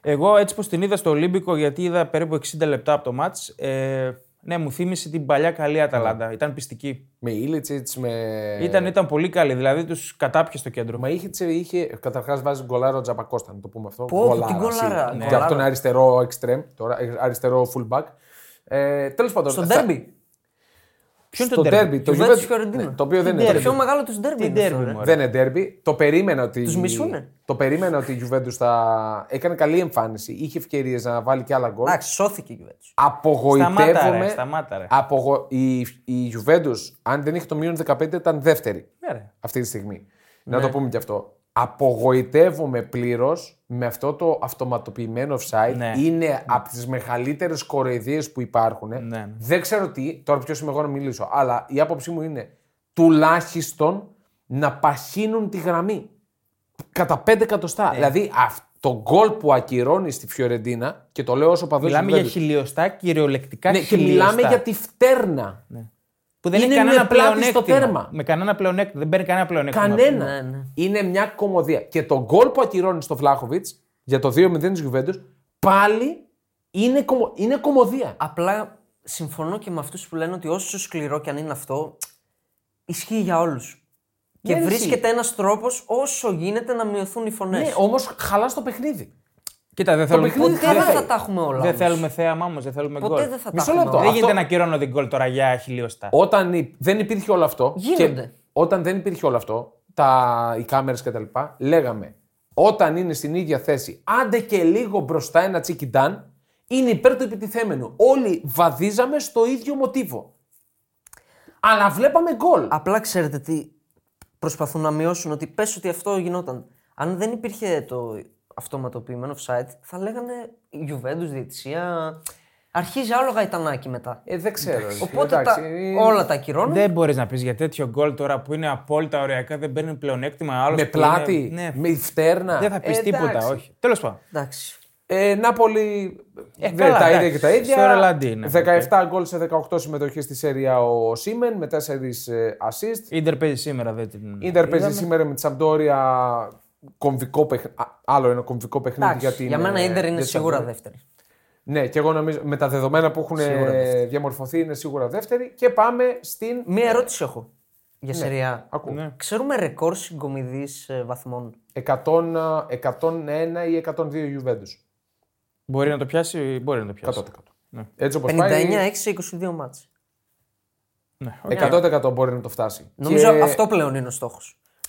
B: Εγώ έτσι πως την είδα στο Ολύμπικο, γιατί είδα περίπου 60 λεπτά από το μάτς, ε, ναι, μου θύμισε την παλιά καλή Αταλάντα.
A: Ναι.
B: Ήταν πιστική.
A: Με Ήλιτσιτ, με.
B: Ήταν, ήταν πολύ καλή, δηλαδή τους κατάπιε στο κέντρο.
A: Ε. Μα είχε, τσε- είχε καταρχάς βάζει γκολάρο Τζαπακώστα, να το πούμε αυτό.
C: Πω, τι γκολάρα,
A: σίγουρα.
C: ναι.
A: Και αυτόν αριστερό extreme, τώρα ε, αριστερό fullback. Ε, Τέλος πάντων. θα-
C: Στο ντέρμπι.
B: Ποιο είναι
A: στο
B: το
A: ντέρμπι.
B: τέρμι.
A: Το,
C: Juventus
A: Juventus-
C: Fiorentina.
A: ναι, το οποίο δεν
B: Τι
A: είναι
C: Το πιο
A: ντέρμπι.
C: μεγάλο τους ντέρμπι. είναι αυτό,
B: derby,
C: ρε.
B: μωρέ.
A: Δεν είναι ντέρμπι. Το περίμενα ότι.
C: Τους μισούνε.
A: Το περίμενα ότι η Juventus θα έκανε καλή εμφάνιση. Είχε ευκαιρίες να βάλει και άλλα γκολ.
C: Εντάξει, σώθηκε η Juventus.
B: Σταμάτα,
A: Απογοητεύομαι.
B: ρε, σταμάτα, ρε.
A: Απογο... Η, η Juventus, αν δεν είχε το μείον 15, ήταν δεύτερη
B: Ναι, ρε.
A: αυτή τη στιγμή. Να
B: Ναι.
A: το πούμε και αυτό. Απογοητεύομαι πλήρως με αυτό το αυτοματοποιημένο offside.
B: Ναι.
A: Είναι από τις μεγαλύτερες κοροϊδίες που υπάρχουν.
B: ναι.
A: Δεν ξέρω τι, τώρα ποιος είμαι εγώ να μιλήσω, αλλά η άποψή μου είναι τουλάχιστον να παχύνουν τη γραμμή. Κατά 5 εκατοστά.
B: Ναι.
A: Δηλαδή αυ- το γκολ που ακυρώνει στη Φιωρεντίνα και το λέω όσο παδός
B: Μιλάμε για χιλιοστά, κυριολεκτικά
A: ναι, και
B: χιλιοστά.
A: μιλάμε για τη φτέρνα.
B: που δεν
A: είναι
B: έχει κανένα
A: με πλάτη στο
B: πλεονέκτημα.
A: τέρμα.
B: Με κανένα πλεονέκτημα. Δεν παίρνει κανένα πλεονέκτημα.
A: Κανένα.
C: Ναι, ναι.
A: Είναι μια κομμωδία. Και το γκολ που ακυρώνει στο Βλάχοβιτ για το 2-0 της Γιουβέντους πάλι είναι, κομμω... είναι κομμωδία.
C: Απλά συμφωνώ και με αυτούς που λένε ότι όσο σκληρό και αν είναι αυτό, ισχύει για όλους. Και
A: ισχύει.
C: βρίσκεται ένας τρόπος όσο γίνεται να μειωθούν οι φωνές.
A: Ναι, όμως χαλά το παιχνίδι.
B: Κοίτα, δεν θέλουμε.
A: παιχνίδι
C: Ποτέ δεν
A: θέλει.
C: θα τα έχουμε όλα.
B: Δεν
C: όμως.
B: θέλουμε θέαμα όμως, δεν θέλουμε γκολ.
C: Ποτέ δεν θα τα
A: Μισό
C: έχουμε
A: λεπτό.
C: όλα.
B: Δεν
A: Αυτό-
B: γίνεται να κυρώνω την γκολ τώρα για χιλιοστά.
A: Όταν υ- δεν υπήρχε όλο αυτό.
C: Γίνονται.
A: Και όταν δεν υπήρχε όλο αυτό, τα, οι κάμερες κτλ. Λέγαμε, όταν είναι στην ίδια θέση, άντε και λίγο μπροστά ένα τσικιντάν, είναι υπέρ του επιτιθέμενου. Όλοι βαδίζαμε στο ίδιο μοτίβο. Αλλά βλέπαμε γκολ.
C: Απλά ξέρετε τι προσπαθούν να μειώσουν, ότι πες ότι αυτό γινόταν. Αν δεν υπήρχε το αυτοματοποιημένο site, θα λέγανε Juventus, διαιτησία. Αρχίζει άλλο γαϊτανάκι μετά.
A: Ε, δεν ξέρω. ρε,
C: Οπότε
A: εντάξει,
C: τα-
A: ε,
C: όλα τα ακυρώνουν.
B: Δεν μπορείς να πεις για τέτοιο γκολ τώρα που είναι απόλυτα ωριακά, δεν παίρνει πλεονέκτημα. Άλλος
A: Με
B: που
A: πλάτη,
B: είναι- ναι.
A: με φτέρνα.
B: Δεν θα πεις
A: Ε,
B: τίποτα,
A: εντάξει.
B: όχι. Τέλος πάντων.
C: Εντάξει.
A: Ε, Νάπολη. δεν,
B: καλά,
A: τα ίδια
B: εντάξει.
A: και τα ίδια.
B: Στο Ρελαντί, ναι,
A: 17 γκολ σε 18 συμμετοχές στη Σέρια ο Σίμεν με 4 assist.
B: Η Ιντερ παίζει σήμερα, δεν την.
A: Η Ιντερ παίζει σήμερα με τη Σαμπτόρια κομβικό παιχνίδι. Άλλο ένα κομβικό παιχνίδι
C: Εντάξει.
A: για την.
C: για μένα η
A: ε,
C: Ιντερ
A: για
C: είναι
A: τη
C: σίγουρα
A: Σαμπτόρια.
C: δεύτερη.
A: Ναι, και εγώ νομίζω με τα δεδομένα που έχουν ε,
C: Σίγουρα δεύτερη. Ναι.
A: διαμορφωθεί είναι σίγουρα δεύτερη. Και πάμε στην.
C: Μία ερώτηση έχω για ναι. σεριά.
A: Ακούω.
B: Ναι.
C: Ξέρουμε ρεκόρ συγκομιδής βαθμών.
A: 100, 101 ή 102 Juventus.
B: Μπορεί να το πιάσει, μπορεί να το πιάσει.
A: 100%.
B: Ναι.
A: Έτσι όπως πάει,
C: 59-6-22 μάτς.
B: Ναι, οκ.
A: 100% μπορεί να το φτάσει.
C: Νομίζω
A: Και-
C: αυτό πλέον είναι ο στόχος.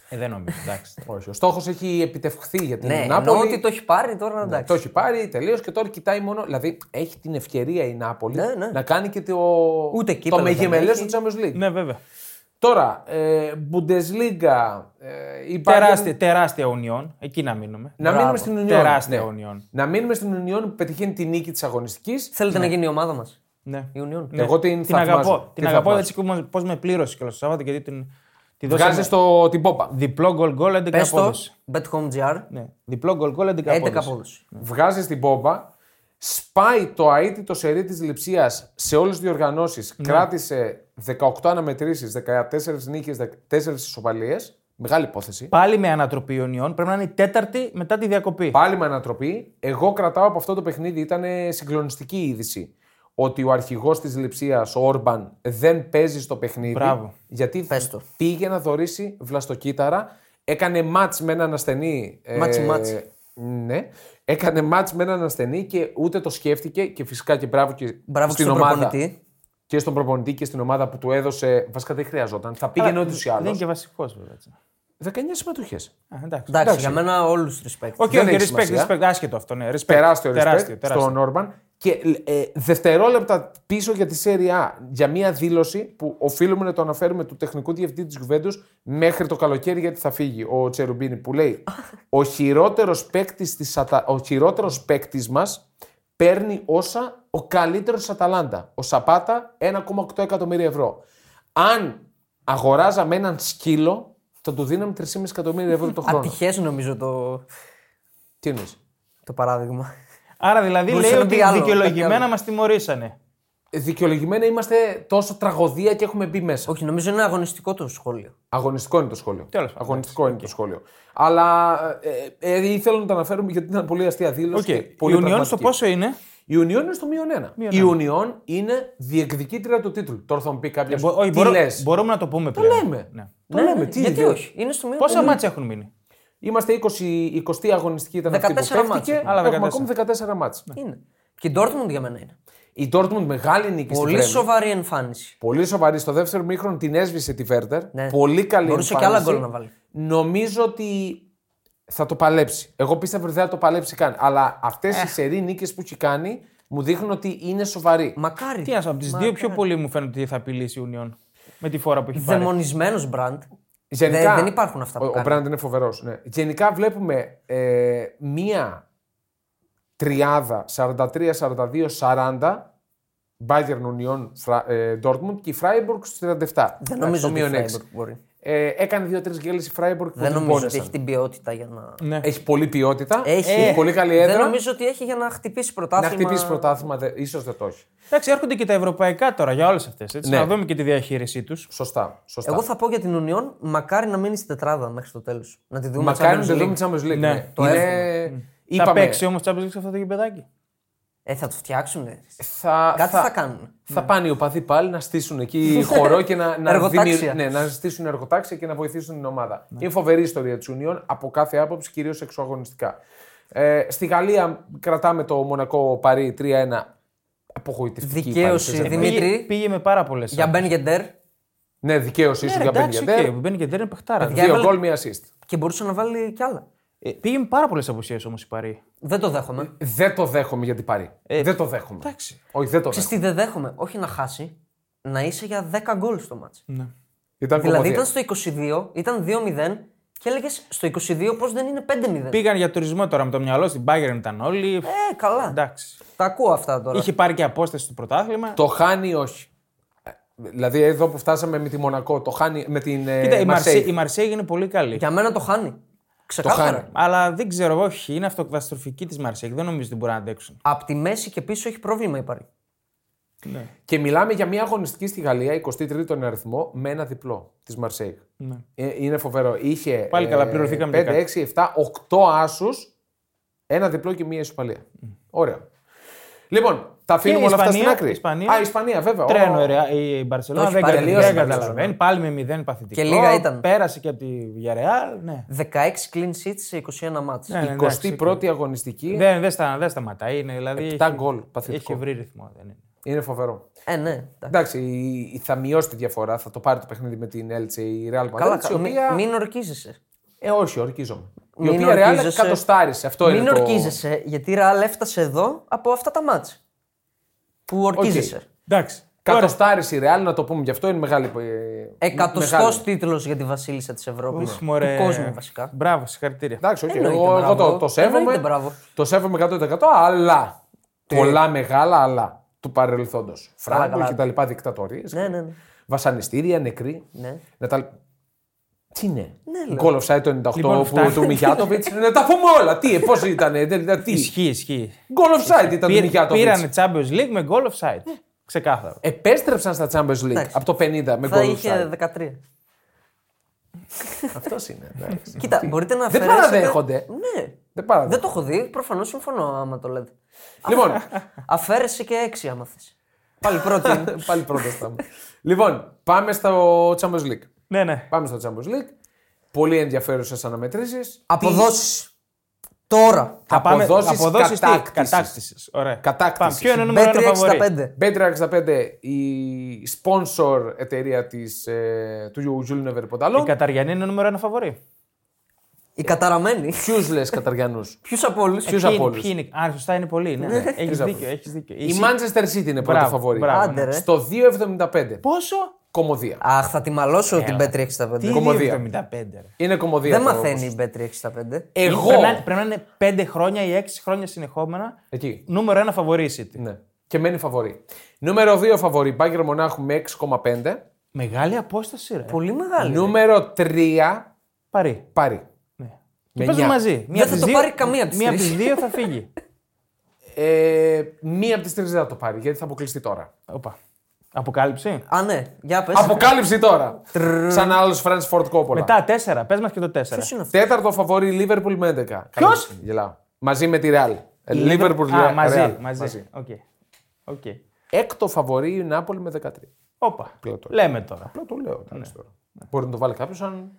B: Ε, δεν νομίζω. Εντάξει.
A: Όχι, ο στόχος έχει επιτευχθεί για την
C: Ναι,
A: Νάπολη. Ναι,
C: εννοώ ότι το έχει πάρει τώρα εντάξει.
A: Το έχει πάρει τελείω και τώρα κοιτάει μόνο. Δηλαδή έχει την ευκαιρία η Νάπολη
C: Ναι, ναι.
A: να κάνει και το,
C: Ούτε
A: το
C: κύπελλο δεν
A: μεγεμελές
C: έχει.
A: του Champions League.
B: ναι, βέβαια.
A: Τώρα, ε, Bundesliga. Ε, η Bayern-
B: Τεράστια, τεράστια Union. Εκεί να μείνουμε.
A: Να μείνουμε στην Union.
B: Τεράστια
A: ναι.
B: Union.
A: Να μείνουμε στην Union που πετυχαίνει τη νίκη της αγωνιστικής.
C: Θέλετε να γίνει η ομάδα μας.
B: Ναι.
C: Union.
B: Ναι.
A: Εγώ την θαυμάζω.
B: αγαπώ.
A: Την
B: Την, αγαπώ
A: θαυμάζω.
B: έτσι πώς με πλήρωσε και το Σάββατο γιατί την. Τη δώσαμε
A: Βγάζεις το, την πόπα.
B: διπλό γκολ γκολ 11
C: Πες το.
B: απόδοση.
C: BetHome GR.
B: Ναι. Διπλό γκολ γκολ 11
C: 11
B: απόδοση.
C: απόδοση.
A: Βγάζεις την πόπα. Σπάει το αίτητο σερί της λειψίας σε όλες τις διοργανώσεις. Κράτησε 18 αναμετρήσει, 14 νίκε, 4 ισοπαλίες. Μεγάλη υπόθεση.
B: Πάλι με ανατροπή Union. Πρέπει να είναι η τέταρτη μετά τη διακοπή.
A: Πάλι με ανατροπή. Εγώ κρατάω από αυτό το παιχνίδι, ήταν συγκλονιστική η είδηση. Ότι ο αρχηγός της Λιψία, ο Όρμπαν, δεν παίζει στο παιχνίδι.
B: Μπράβο.
A: Γιατί
C: Πες το.
A: πήγε να δωρήσει βλαστοκύτταρα. Έκανε μάτς με έναν ασθενή. ε,
C: Μάτσι, μάτσι.
A: Ναι. Έκανε μάτς με έναν ασθενή και ούτε το σκέφτηκε. Και φυσικά και μπράβο και
C: Μπράβο και
A: στην
C: στον
A: ομάδα.
C: προπονητή.
A: Και στον προπονητή και στην ομάδα που του έδωσε. Βασικά δεν χρειαζόταν. Θα πήγαινε ούτως ή
B: Δεν είναι
A: άλλως.
B: και βασικός βέβαια. έτσι.
A: 19 συμμετοχές.
B: Α, εντάξει.
C: Εντάξει, για μένα όλους respect.
B: Όχι,
A: Δεν
B: όχι,
A: έχει
B: respect,
A: σημασία.
B: respect, άσχετο αυτό. Ναι, respect.
A: τεράστιο respect
B: τεράστιο.
A: στον Όρμπαν. Και ε, δευτερόλεπτα πίσω για τη Serie A για μια δήλωση που οφείλουμε να το αναφέρουμε του τεχνικού διευθυντή της Γιουβέντου μέχρι το καλοκαίρι, γιατί θα φύγει ο Τσερουμπίνη, που λέει Ο χειρότερος παίκτης Ατα... ο χειρότερος παίκτης μας παίρνει όσα ο καλύτερος Αταλάντα. Ο Σαπάτα 1,8 εκατομμύρια ευρώ. Αν αγοράζαμε έναν σκύλο, θα του δίναμε 3,5 εκατομμύρια ευρώ το χρόνο.
C: Ατυχέ νομίζω το,
A: Τι εννοείς?
C: το παράδειγμα.
B: Άρα δηλαδή
C: Μπορούσε
B: λέει
C: να πει
B: ότι
C: άλλο, κάτι
B: δικαιολογημένα
C: άλλο.
B: μας τιμωρήσανε.
A: δικαιολογημένα είμαστε τόσο τραγωδία και έχουμε μπει μέσα.
C: Όχι, νομίζω είναι αγωνιστικό το σχόλιο.
A: Αγωνιστικό είναι το σχόλιο.
B: Τέλος πάντων,
A: Αγωνιστικό είναι το σχόλιο. Αλλά ε, ε, ήθελα να το αναφέρουμε γιατί ήταν πολύ αστεία δήλωση.
B: Οκ.
A: και
B: Η
A: πολύ
B: Union στο
A: πραγματική.
B: πόσο είναι.
A: Η Union είναι στο μείον ένα. Η Union είναι διεκδικήτρια του τίτλου. Τώρα θα μου πει κάποιος.
B: Ναι, Μπο- όχι,
A: τι
B: μπορώ-
A: λες?
B: Μπορούμε να το πούμε
A: Το
B: πλέον.
A: λέμε.
B: Ναι.
A: Το λέμε. Τι
C: Γιατί
A: ιδέα.
C: όχι, είναι στο μείον.
B: Πόσα
C: ένα.
B: μάτσα έχουν μείνει.
A: Είμαστε 20, 20η αγωνιστική ήταν αυτή που
C: 14 μάτς
A: παίχτηκε.
C: έχουμε.
A: Αλλά έχουμε
B: 14.
A: ακόμη 14 μάτς.
B: Ναι.
C: είναι. Και η Dortmund για μένα είναι.
A: Η Dortmund μεγάλη νίκη στην
C: Πολύ
A: Πρέμιερ.
C: σοβαρή εμφάνιση.
A: Πολύ σοβαρή. Στο δεύτερο μήχρονο την έσβησε τη Βέρτερ.
C: Ναι.
A: Πολύ καλή
C: Μπορούσε και
A: εμφάνιση.
C: άλλα γκολ να βάλει.
A: Νομίζω ότι θα το παλέψει. Εγώ πίστευα ότι δεν θα το παλέψει καν. Αλλά αυτές
C: Ε.
A: οι σερή νίκες που έχει κάνει μου δείχνουν ότι είναι σοβαρή.
C: Μακάρι.
B: Τι να σου πω, από τις δύο πιο πολύ μου φαίνεται ότι θα απειλήσει η Union με τη φορά που έχει πάρει.
C: Δαιμονισμένος μπραντ.
A: Γενικά,
C: δεν υπάρχουν αυτά που
A: Ο, ο
C: κάνει.
A: Μπράντ είναι φοβερός. Ναι. Γενικά βλέπουμε ε, μία τριάδα 43-42-40 Bayern Union Fra- ε, Dortmund και η Freiburg στου 37.
C: Δεν νομίζω ότι η
A: μείον έξι.
C: Freiburg μπορεί.
A: Ε, έκανε δύο-τρει γέλες η Freiburg που την
C: Δεν νομίζω ότι
A: πόνεσαν.
C: έχει την ποιότητα για να.
B: Ναι.
A: Έχει πολλή ποιότητα.
C: Έχει.
A: Ε,
C: Ε,
A: πολύ καλή
C: Δεν
A: έδρα.
C: νομίζω ότι έχει για να χτυπήσει
A: Να
C: πρωτάθλημα.
A: χτυπήσει πρωτάθλημα, δε, ίσως δεν το έχει.
B: Εντάξει, έρχονται και τα ευρωπαϊκά τώρα για όλες αυτές.
A: Ναι.
B: Να δούμε και τη διαχείρισή τους.
A: Σωστά. σωστά.
C: Εγώ θα πω για την Union, μακάρι να μείνει στην τετράδα μέχρι το τέλος. Να τη δούμε.
A: Μακάρι να
C: Champions
A: το
C: League.
A: δούμε τη Champions League.
B: Ναι,
A: ναι.
C: το
A: Είναι...
B: Θα
A: Είπαμε,
B: παίξει όμως Champions League σε αυτό το γηπεδάκι.
C: Ε, θα το φτιάξουνε.
A: θα,
C: Κάτι θα, Ναι.
A: θα,
C: κάνουν.
A: θα πάνε οι οπαδοί πάλι να στήσουν εκεί χορό και να, να,
C: Εργοτάξια.
A: δημιου- ναι, να στήσουν εργοτάξια και να βοηθήσουν την ομάδα.
B: Ναι.
A: Είναι φοβερή η ιστορία της Union από κάθε άποψη, κυρίως εξωαγωνιστικά. Ε, στη Γαλλία κρατάμε το Μονακό Παρί 3-1. Απογοητευτική
C: Δικαίωση.
A: εμφάνιση.
C: Δημήτρη.
B: Ε, Πήγε, πήγε με πάρα πολλές.
C: Για Μπεν Γεντέρ
A: Ναι, δικαίωση ίσω για
B: εντάξει, οκ,
A: Μπενγκεντέρ.
B: ο Μπενγκεντέρ είναι παιχτάρα.
C: Παιδιά,
A: Δύο
C: έβαλε-
A: γκολ, μία assist.
C: και μπορούσε να βάλει κι άλλα.
B: Ε, Πήγε με πάρα πολλές απουσίες όμως η Παρή.
C: Δεν το δέχομαι.
A: Δεν το δέχομαι για την Παρή. δεν το δέχομαι.
B: Ε, εντάξει.
A: Όχι, δεν το
C: Ξέρεις
A: δέχομαι.
C: τι δεν δέχομαι. Όχι να χάσει, να είσαι για 10 γκολ στο μάτς.
A: Ήταν
C: Δηλαδή
A: κομμωδία.
C: ήταν στο 22, ήταν 2-0 και έλεγες στο 22 πώς δεν είναι 5-0.
B: Πήγαν για τουρισμό τώρα με το μυαλό στην Bayern ήταν όλοι.
C: Ε, καλά.
B: Εντάξει.
C: Τα ακούω αυτά τώρα.
B: Είχε πάρει και απόσταση στο πρωτάθλημα.
A: Το χάνει όχι. Ε, Δηλαδή εδώ που φτάσαμε με τη Μονακό, το χάνει με την ε,
B: Κοίτα, η Μαρσέ-
A: Μαρσέη.
B: η Μαρσέη είναι πολύ καλή.
C: Για μένα το χάνει. Ξεκάθαρα.
A: χάνει.
B: Αλλά δεν ξέρω, εγώ, όχι. Είναι αυτοκαταστροφική της Μαρσέη. Δεν νομίζω ότι μπορεί να αντέξουν.
C: Απ' τη μέση και πίσω έχει πρόβλημα η Παρή.
A: Και μιλάμε για μια αγωνιστική στη Γαλλία, 23η τον αριθμό, με ένα διπλό της Μαρσέη. Ε, είναι φοβερό. Είχε
B: Ναι.
A: ε,
B: Πάλι καλά, πληρωθήκαμε και
A: 5, 6, 7, 8 άσους, ένα διπλό και μία ισοπαλία. Ωραία. Λοιπόν, τα αφήνουμε όλα αυτά στην
B: Ισπανία,
A: άκρη.
B: Ισπανία.
A: Α, Ισπανία, βέβαια.
B: Τρένο
A: Ω,
B: η Ρεα- η Μπαρσελόνα
C: Όχι,
B: δεν,
C: πάλι
B: κατα-
A: τελείωσε η
B: δεν
A: Μπαρσελόνα.
B: καταλαβαίνει. Πάλι με μηδέν παθητικό.
C: Και λίγα ήταν.
B: Πέρασε και από τη Villarreal. Ναι.
C: 16 clean sheets σε 21 μάτς.
B: Ναι, ναι, ναι.
A: 21η αγωνιστική.
B: Δεν, δεν, στα, δεν σταματάει. Είναι, δηλαδή,
A: Επτά
B: έχει-
A: γκολ, παθητικό.
B: Έχει βρει ρυθμό. Δεν είναι.
A: Είναι φοβερό.
C: Ε, ναι. εντάξει.
A: Εντάξει, η- η- θα μειώσει τη διαφορά, θα το πάρει το παιχνίδι με την Έλτσε η Real Madrid.
C: Καλά,
A: η
C: κα- μη-
A: οποία...
C: μην ορκίζεσαι.
A: Ε, όχι, ορκίζομαι. Η
C: Μην
A: οποία Real
C: ορκίζεσαι.
A: κατοστάρισε. Αυτό
C: Μην
A: είναι το...
C: ορκίζεσαι, γιατί η Ραλ έφτασε εδώ από αυτά τα μάτς. Που ορκίζεσαι.
B: Εντάξει. Τώρα,
A: Κατοστάρισε η Real, να το πούμε γι' αυτό, είναι μεγάλη. ε, μεγάλη.
C: Εκατοστό τίτλος για τη Βασίλισσα της Ευρώπης.
B: Οχ,
C: Του
B: μωρέ.
C: κόσμου βασικά.
B: Μπράβο, συγχαρητήρια.
A: Εντάξει, όχι,
C: Εννοείται,
A: εγώ, εγώ το,
C: μπράβο.
A: το σέβομαι.
C: Εννοείται, μπράβο.
A: Το σέβομαι 100% αλλά. Πολλά μεγάλα αλλά του παρελθόντος. Φράγκο
C: καλά.
A: και τα λοιπά, δικτατορίες.
C: Ναι, ναι, ναι.
A: Βασανιστήρια, νεκροί.
C: Ναι.
A: Να τα... Τι είναι.
C: λέω.
A: Goal offside το 98
B: Λοιπόν,
A: που,
B: φτάνει.
A: του Μιγιάτοβιτ. να τα πούμε όλα. Τι, πώ ήταν. δεν ήταν, Τι.
B: Ισχύει, ισχύει.
A: Goal offside ήταν του
B: Πήραν,
A: Μιγιάτοβιτ.
B: πήρανε Champions League με goal offside.
A: Ναι.
B: Ξεκάθαρο.
A: Επέστρεψαν στα Champions League
C: Εντάξει.
A: από το 50 με
C: Θα
A: goal
C: είχε
A: offside.
C: 13.
A: Αυτός είναι. εντάξει.
C: Κοίτα, μπορείτε να
A: Δεν
C: αφαιρέσετε...
A: παραδέχονται.
C: Ναι.
A: Δεν παραδέχονται.
C: Δεν το έχω δει. Προφανώς συμφωνώ άμα το λέτε.
A: Λοιπόν,
C: Αφαίρεσε και 6 άμα θες. Πάλι πρώτη. είναι.
A: πάλι πρώτα στάμε. λοιπόν, πάμε στο Champions League.
B: Ναι, ναι.
A: Πάμε στο Champions League. Πολύ ενδιαφέρουσες αναμετρήσεις.
C: Αποδόσεις. Τώρα.
B: Θα πάμε-
A: Αποδόσεις
B: αποδόσεις τι?
A: κατάκτησης.
B: Κατάκτησης. Ωραία.
A: Κατάκτησης.
B: Πάμε. Ποιο είναι ο νούμερο ένα φαβορί.
C: Bet365.
A: Bet365, η sponsor εταιρεία της, ε, του Γιούλιο
B: Η
A: Νεβερπονταλόν.
B: Καταριανή είναι ο νούμερο ένα φαβορί.
C: Η καταραμένη.
A: Ποιους λες Καταριανούς.
C: Ποιους από όλους.
A: Ποιους
B: Ποιοι
A: από
B: είναι-
A: όλους.
B: ποιοι είναι. Α, σωστά είναι πολλοί. Ναι. Έχει
A: από
B: δίκιο. Έχεις δίκιο.
A: Η Manchester City είναι πρώτο
B: Μπράβο,
A: φαβορή.
B: μπράβο. ναι.
C: Άντε ρε.
A: Στο 2,75.
B: Πόσο?
A: Κομμωδία.
C: Αχ, θα τη μαλώσω την
B: Τι
C: Bet365.
A: Κομμωδία.
B: 75. ρε.
A: Είναι κομμωδία.
C: Δεν
A: το-
C: μαθαίνει η Bet365.
B: Ε,
A: Εγώ.
B: Πρέπει να, είναι- πρέπει να είναι 5 χρόνια ή 6 χρόνια συνεχόμενα
A: Εκεί.
B: νούμερο ένα φαβορί η City.
A: Ναι. Και μένει φαβορή. Νούμερο 2 φαβορή. Μπάγκερ Μονάχου με 6,5.
B: Μεγάλη απόσταση, ρε.
C: Πολύ μεγάλη.
A: Νούμερο 3
B: Παρή.
A: πάρει.
B: Ναι.
A: Με
B: Και παίζουν
A: εννιά.
B: μαζί. Μία
C: Δεν
B: από
C: θα
B: τις
C: το
B: δύο-
C: πάρει καμία από τις
B: Μία από
C: τρεις.
B: τις δύο θα φύγει.
A: Ε, μία από τις τρεις δεν θα το πάρει γιατί θα αποκλειστεί τώρα.
B: Οπα. Αποκάλυψη.
C: Α, ναι. Για πες.
A: Αποκάλυψη τώρα. Σαν άλλος Φραντ Φορτ Κόπολα.
B: Μετά 4. Πες μας και το 4.
C: Ποιος είναι αυτός.
A: Τέταρτο φαβορή Λίβερπουλ με 11. Καλώς, Γελάω. Μαζί με τη Ρεάλ. Ε, Λίβερπουλ
B: Α,
A: Ρεάλ.
B: μαζί.
A: Ρεάλ.
B: Μαζί. Οκ. Οκ.
A: Έκτο φαβορή η Νάπολη με 13.
B: Όπα.
A: Πλατώ.
B: Λέμε τώρα.
A: Απλά το λέω. εντάξει τώρα. Μπορεί να το βάλει κάποιος αν.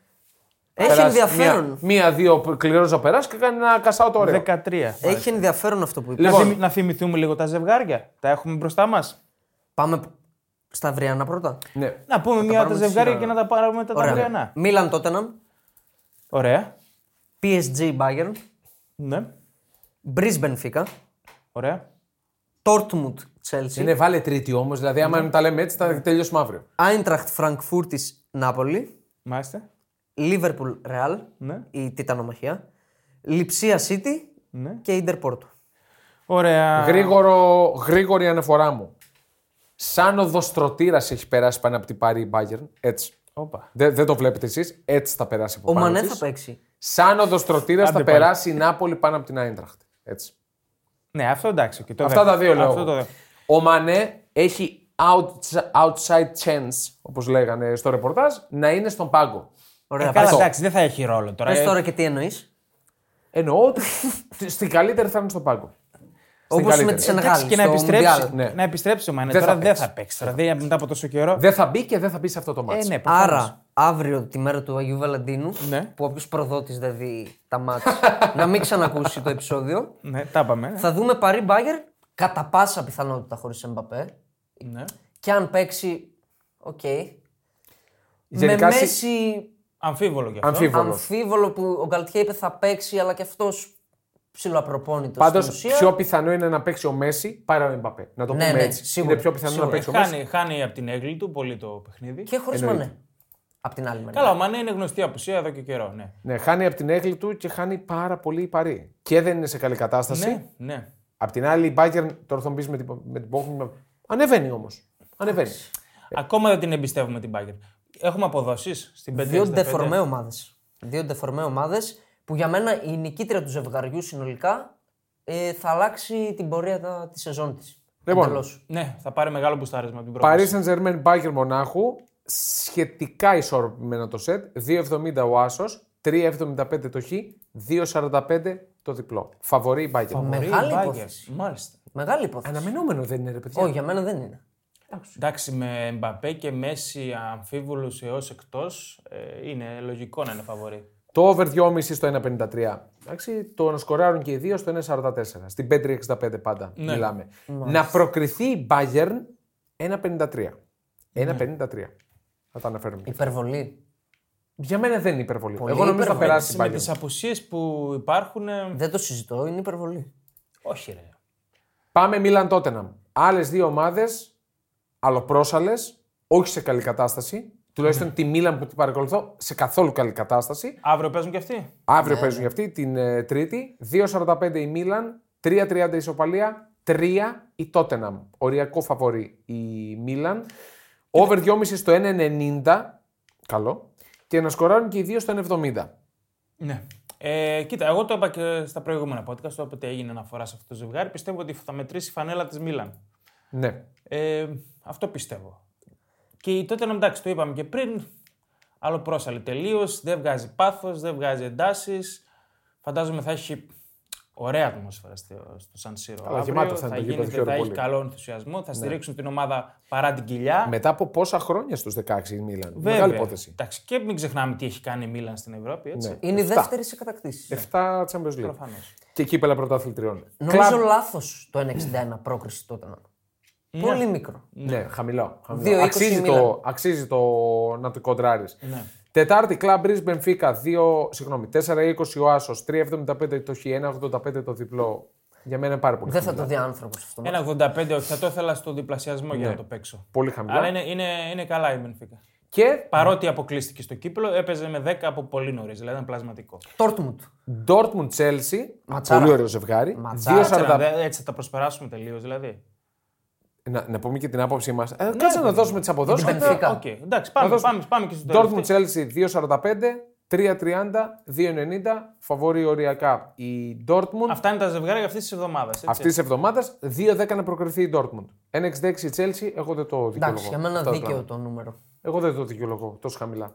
C: Έχει
A: περάσει
C: ενδιαφέρον.
A: μία- Μία-δύο κληρόζα περάσει και κάνει ένα κασάο το ωραίο.
B: 13.
C: Έχει ενδιαφέρον αυτό που είπε.
B: Να
A: Ε, Λοιπόν.
B: θυμη- Να θυμηθούμε λίγο τα ζευγάρια. Τα έχουμε μπροστά μας.
C: Πάμε στα αυριανά πρώτα.
A: Ναι.
B: Να πούμε μία από τα
C: πάρουμε τη
B: ζευγάρια
C: σειρά.
B: και να τα πάρουμε μετά τα αυριανά.
C: Μίλαν Tottenham,
B: Ωραία.
C: PSG Bayern,
B: Ναι.
C: Brisbane Benfica,
B: Ωραία.
C: Dortmund Chelsea,
A: Είναι βάλε τρίτη όμως, δηλαδή άμα μην τα λέμε έτσι θα τελειώσουμε αύριο.
C: Eintracht Frankfurtis Napoli,
B: Μάλιστα.
C: Liverpool Real,
B: Ναι.
C: η τιτανομαχία, Λιψία City
B: Ναι.
C: και Inter Porto.
B: Ωραία.
A: Γρήγορο, γρήγορη αναφορά μου. Σαν οδοστρωτήρας έχει περάσει πάνω από την Πάρη η Bayern. Έτσι.
B: Όπα.
A: Δεν, δεν το βλέπετε εσείς. Έτσι θα περάσει από
C: Ο
A: πάνω
C: Μανέ
A: της.
C: θα παίξει.
B: Ε,
A: Σαν οδοστρωτήρας θα
B: πάλι.
A: περάσει η Νάπολη πάνω από την Άιντραχτ. Έτσι.
B: Ναι, αυτό εντάξει. και το
A: Αυτά τα
B: δέχομαι.
A: δύο λέω.
B: Αυτό
A: εγώ.
B: το δέχομαι.
A: Ο Μανέ έχει outs- outside chance, όπως λέγανε στο ρεπορτάζ, να είναι στον πάγκο.
C: Ωραία,
B: Ε, Καλά,
C: πες.
B: εντάξει, δεν θα έχει ρόλο τώρα.
C: Πες
B: Ε,
C: τώρα και τι εννοείς.
A: Εννοώ ότι στην καλύτερη θα είναι στον πάγκο.
C: Όπως με
A: καλύτερη.
C: τη
B: Εντάξει,
C: Σενεγάλη.
B: και να
C: στο
B: επιστρέψει,
C: Μουντιάλ.
A: ναι.
B: να επιστρέψει ο Μανέ.
A: Δεν
B: Τώρα
A: θα
B: δεν θα παίξει. Τώρα, δηλαδή, μετά από τόσο καιρό.
A: Δεν θα μπει και δεν θα μπει σε αυτό το μάτι.
B: Ε, ναι, προφανώς.
C: Άρα, αύριο τη μέρα του Αγίου Βαλαντίνου,
B: Ναι.
C: που όποιος προδότης δεν δει τα μάτια, να μην ξανακούσει το επεισόδιο,
B: Ναι, τα είπαμε. ναι.
C: θα δούμε Παρή Μπάγκερ κατά πάσα πιθανότητα χωρίς Εμπαπέ.
B: Ναι.
C: Και αν παίξει. Οκ.
A: Γενικά,
C: με
A: σι-
C: μέση
B: Αμφίβολο κι αυτό.
A: Αμφίβολο.
C: αμφίβολο που ο Γκαλτιέ είπε θα παίξει, αλλά και αυτό ψιλοαπροπώνητο.
A: Πάντως,
C: στην ουσία.
A: πιο πιθανό είναι να παίξει ο Μέση παρά ο Εμπαπέ. Να το
C: Ναι,
A: πούμε
C: ναι,
A: έτσι.
C: σίγουρα,
A: είναι πιο πιθανό να
C: σίγουρα.
A: παίξει ο Μέση.
B: Χάνει, χάνει από την έγκλη του πολύ το παιχνίδι.
C: Και χωρίς Μανέ. Απ' την άλλη μεριά.
B: Καλά, ο Μανέ είναι γνωστή απουσία εδώ και καιρό. Ναι.
A: Ναι, χάνει από την έγκλη του και χάνει πάρα πολύ η Παρή. Και δεν είναι σε καλή κατάσταση.
B: Ναι, ναι.
A: Απ' την άλλη, η Bayern, τώρα θα μου πεις με την, με την Bochum, ανεβαίνει όμως. Ανεβαίνει.
B: Ακόμα δεν την εμπιστεύουμε την Μπάγκερ. Έχουμε αποδόσεις στην
C: Δύο
B: 5
C: ντεφορμέ ομάδες. Δύο ντεφορμέ ομάδες που για μένα η νικήτρια του ζευγαριού συνολικά ε, θα αλλάξει την πορεία τα- της σεζόν της.
A: Λοιπόν.
B: Ναι, θα πάρει μεγάλο μπουστάρισμα από την πρώτη.
A: Paris Saint-Germain, Bayern Μονάχου, σχετικά ισορροπημένο το σετ. 2,70 ο Άσος, 3,75 το Χ, 2,45 το διπλό. Φαβορεί η Bayern.
C: Μεγάλη
B: Μπορεί η Bayern.
C: υπόθεση.
B: Μάλιστα.
C: Μεγάλη υπόθεση.
A: Αναμενόμενο δεν είναι, ρε παιδιά.
C: Όχι, για μένα δεν είναι.
B: Εντάξει, με Μπαπέ και Μέση αμφίβολους έως εκτός, ε, είναι λογικό να είναι φαβορή.
A: Το over 2,5 στο 1,53. Εντάξει, το να σκοράρουν και οι δύο στο 1,44. Στην 5,65 πάντα μιλάμε. Να προκριθεί η Bayern 1,53. 1,53. Θα τα αναφέρουμε.
C: Υπερβολή.
A: Για μένα δεν είναι υπερβολή.
C: Πολύ
A: Εγώ νομίζω θα
C: υπερβολή.
A: περάσει η
B: Με
A: Bayern.
B: τις απουσίες που υπάρχουν. ε,
C: Δεν το συζητώ, είναι υπερβολή.
B: Όχι, ρε.
A: Πάμε Μίλαν Τότεναμ. Άλλες δύο ομάδες, αλλοπρόσαλες, όχι σε καλή κατάσταση. Τουλάχιστον τη Μίλαν που την παρακολουθώ, σε καθόλου καλή κατάσταση.
B: Αύριο παίζουν και αυτοί.
A: Αύριο παίζουν για αυτή την ε, Τρίτη. 2.45 η Μίλαν, 3.30 η Ισοπαλία, 3 η Τότεναμ. Οριακό φαβορή η Μίλαν. Over 2,5 στο 1.90. Καλό. Και να σκοράρουν και οι δύο στο 1.70.
B: Ναι. Ε, κοίτα, εγώ το είπα και στα προηγούμενα podcast, όποτε έγινε αναφορά σε αυτό το ζευγάρι, πιστεύω ότι θα μετρήσει η φανέλα της Μίλαν.
A: Ναι.
B: Ε, αυτό πιστεύω. Και τότε, εντάξει, το είπαμε και πριν, άλλο πρόσαλε τελείως, δεν βγάζει πάθος, δεν βγάζει εντάσεις. Φαντάζομαι θα έχει ωραία ατμόσφαιρα στο, στο Σαν Σύρο.
A: Καλά,
B: αύριο.
A: γεμάτο θα είναι το γήπεδο,
B: γίνεται,
A: χαίρομαι
B: θα έχει
A: πολύ. Ναι.
B: καλό ενθουσιασμό, θα στηρίξουν την ομάδα παρά την κοιλιά.
A: Μετά από πόσα χρόνια στους 16 η Μίλαν.
B: Βέβαια.
A: Μεγάλη υπόθεση.
B: Εντάξει, και μην ξεχνάμε τι έχει κάνει η Μίλαν στην Ευρώπη, έτσι.
A: Ναι.
C: Είναι η
A: Εφτά.
C: δεύτερη σε κατακτήσεις.
A: 7 Champions League.
B: Προφανώς.
A: Και κύπελα πρωταθλητριών.
C: Ναι. Νομίζω
A: Κλαμπ-
C: λάθος το 1,61 πρόκριση τότε. να. Πολύ μικρό.
A: Ναι, χαμηλό. χαμηλό.
C: 2,20
A: Αξίζει, το,
C: Μίλαν. Ναι.
A: αξίζει το να το κοντράρεις. Τετάρτη, Club Breeze Benfica, 2, συγγνώμη, 4,20 ο Άσος, 3,75 το Χ, 1,85 το διπλό. Για μένα είναι πάρα πολύ
C: Δεν θα
A: χαμηλά.
C: το δει άνθρωπος αυτό.
B: Ένα 85, όχι, θα το ήθελα στο διπλασιασμό
A: Ναι.
B: για να το παίξω.
A: Πολύ χαμηλά.
B: Αλλά είναι, είναι, είναι καλά η Benfica.
A: Και
B: Παρότι αποκλείστηκε στο κύπελο, έπαιζε με 10 από πολύ νωρίς. Δηλαδή ήταν πλασματικό.
C: Τόρτμουντ.
A: Dortmund Chelsea,
C: Ματσάρα.
A: πολύ ωραίο ζευγάρι.
C: Ματσάρα.
A: 2,40.
B: Δε- Έτσι θα τα προσπεράσουμε τελείως, δηλαδή.
A: Να, να πούμε και την άποψή μας. Ε,
C: Ναι.
A: κάτσε να δώσουμε τις αποδόσεις.
C: Για την Benfica. Φυσικά.
B: Οκ, εντάξει, πάμε, πάμε, πάμε και στο
A: Dortmund
B: τελευταίο.
A: Chelsea 2,45, 3,30, 2,90. Φαβορεί οριακά η Dortmund.
B: Αυτά είναι τα ζευγάρια αυτής της εβδομάδας.
A: Αυτής της εβδομάδας 2-10 να προκριθεί η Dortmund. 1-66 η Chelsea, εγώ δεν το δικαιολογώ.
C: Εντάξει, για μένα
A: Αυτά τα
C: δίκαιο
A: πράγματα.
C: το νούμερο.
A: Εγώ δεν το δικαιολογώ τόσο χαμηλά.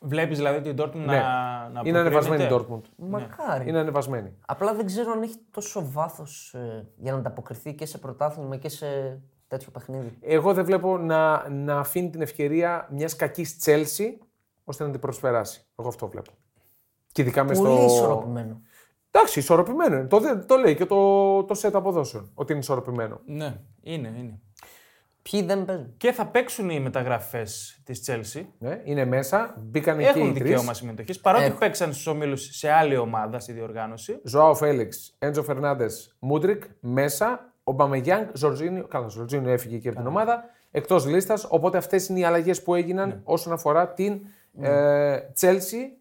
B: Βλέπεις δηλαδή την Dortmund
A: Ναι.
B: να, να
A: είναι ανεβασμένη η
B: αποκρίνεται.
A: Dortmund.
C: Ναι. Μακάρι.
A: Ναι. Είναι ανεβασμένη.
C: Απλά δεν ξέρω αν έχει τόσο βάθος για να ανταποκριθεί και σε πρωτάθλημα και σε τέτοιο παιχνίδι.
A: Εγώ δεν βλέπω να, να αφήνει την ευκαιρία μιας κακής Chelsea ώστε να την προσπεράσει. Εγώ αυτό βλέπω. Και ειδικά μες στο.
C: Πολύ ισορροπημένο.
A: Εντάξει, ισορροπημένο είναι. Το, δε- το λέει και το, το set αποδόσεων. Ότι είναι ισορροπημένο.
B: Ναι, είναι, είναι.
C: Ποιοι δεν παίζουν.
B: Και θα παίξουν οι μεταγραφές της Chelsea.
A: Ναι, είναι μέσα. Μπήκαν εκεί οι
B: Έχουν
A: τρεις.
B: δικαίωμα συμμετοχής. Παρότι
C: Έχουν.
B: παίξαν στους ομίλους σε άλλη ομάδα στη διοργάνωση.
A: Ζωάο Φέληξ, Έντζο Φερνάντες, Μούντρικ, μέσα. Ο Μπαμεγιάνγκ, Ζορζίνιο. Καλά, Ζορζίνιο έφυγε και από την ομάδα. Εκτός λίστας. Οπότε αυτές είναι οι αλλαγές που έγιναν όσον αφορά την ε, Chelsea.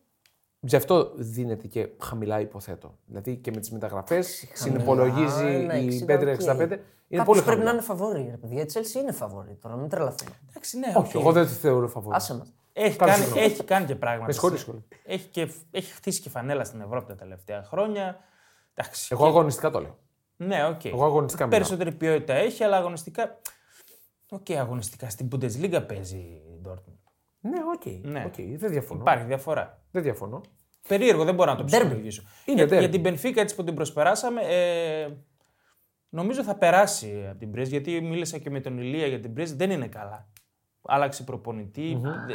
A: Γι' αυτό δίνεται και χαμηλά, υποθέτω. Δηλαδή και με τις μεταγραφές συνυπολογίζει
C: ένα
A: η
C: 60,
A: Πέτρια
C: οκ.
A: 65. Είναι
C: Κάποιος
A: πολύ
C: πρέπει
A: χαμηλά.
C: να είναι φαβόρη, ρε παιδιά. Η Chelsea είναι φαβόρη τώρα, μην τρελαθούμε.
B: Εντάξει, ναι,
A: Όχι, εγώ δεν τη θεωρώ φαβόρη.
C: Άσε μας.
B: Έχει
A: Πάλι
B: κάνει,
A: συγγνώμη.
B: έχει κάνει και πράγματα.
A: Με συγχωρείς,
B: Στην-
A: Κολλή.
B: Έχει, και, έχει χτίσει και φανέλα στην Ευρώπη τα τελευταία χρόνια. Εντάξει,
A: Εγώ αγωνιστικά το λέω.
B: Ναι, οκ.
A: Εγώ αγωνιστικά μιλάω.
B: Περισσότερη ποιότητα έχει, αλλά αγωνιστικά. Οκ, αγωνιστικά στην Bundesliga παίζει η Dortmund.
A: Ναι, οκ.
B: Ναι.
A: οκ, Δεν διαφωνώ.
B: Υπάρχει διαφορά.
A: Δεν διαφωνώ.
B: Περίεργο, δεν μπορώ να το ψυχολογήσω.
A: Είναι
B: για,
A: derby.
B: για την Benfica έτσι που την προσπεράσαμε, ε, νομίζω θα περάσει από την Πρίζ, γιατί μίλησα και με τον Ηλία για την Πρίζ, δεν είναι καλά. Άλλαξε προπονητή, δε-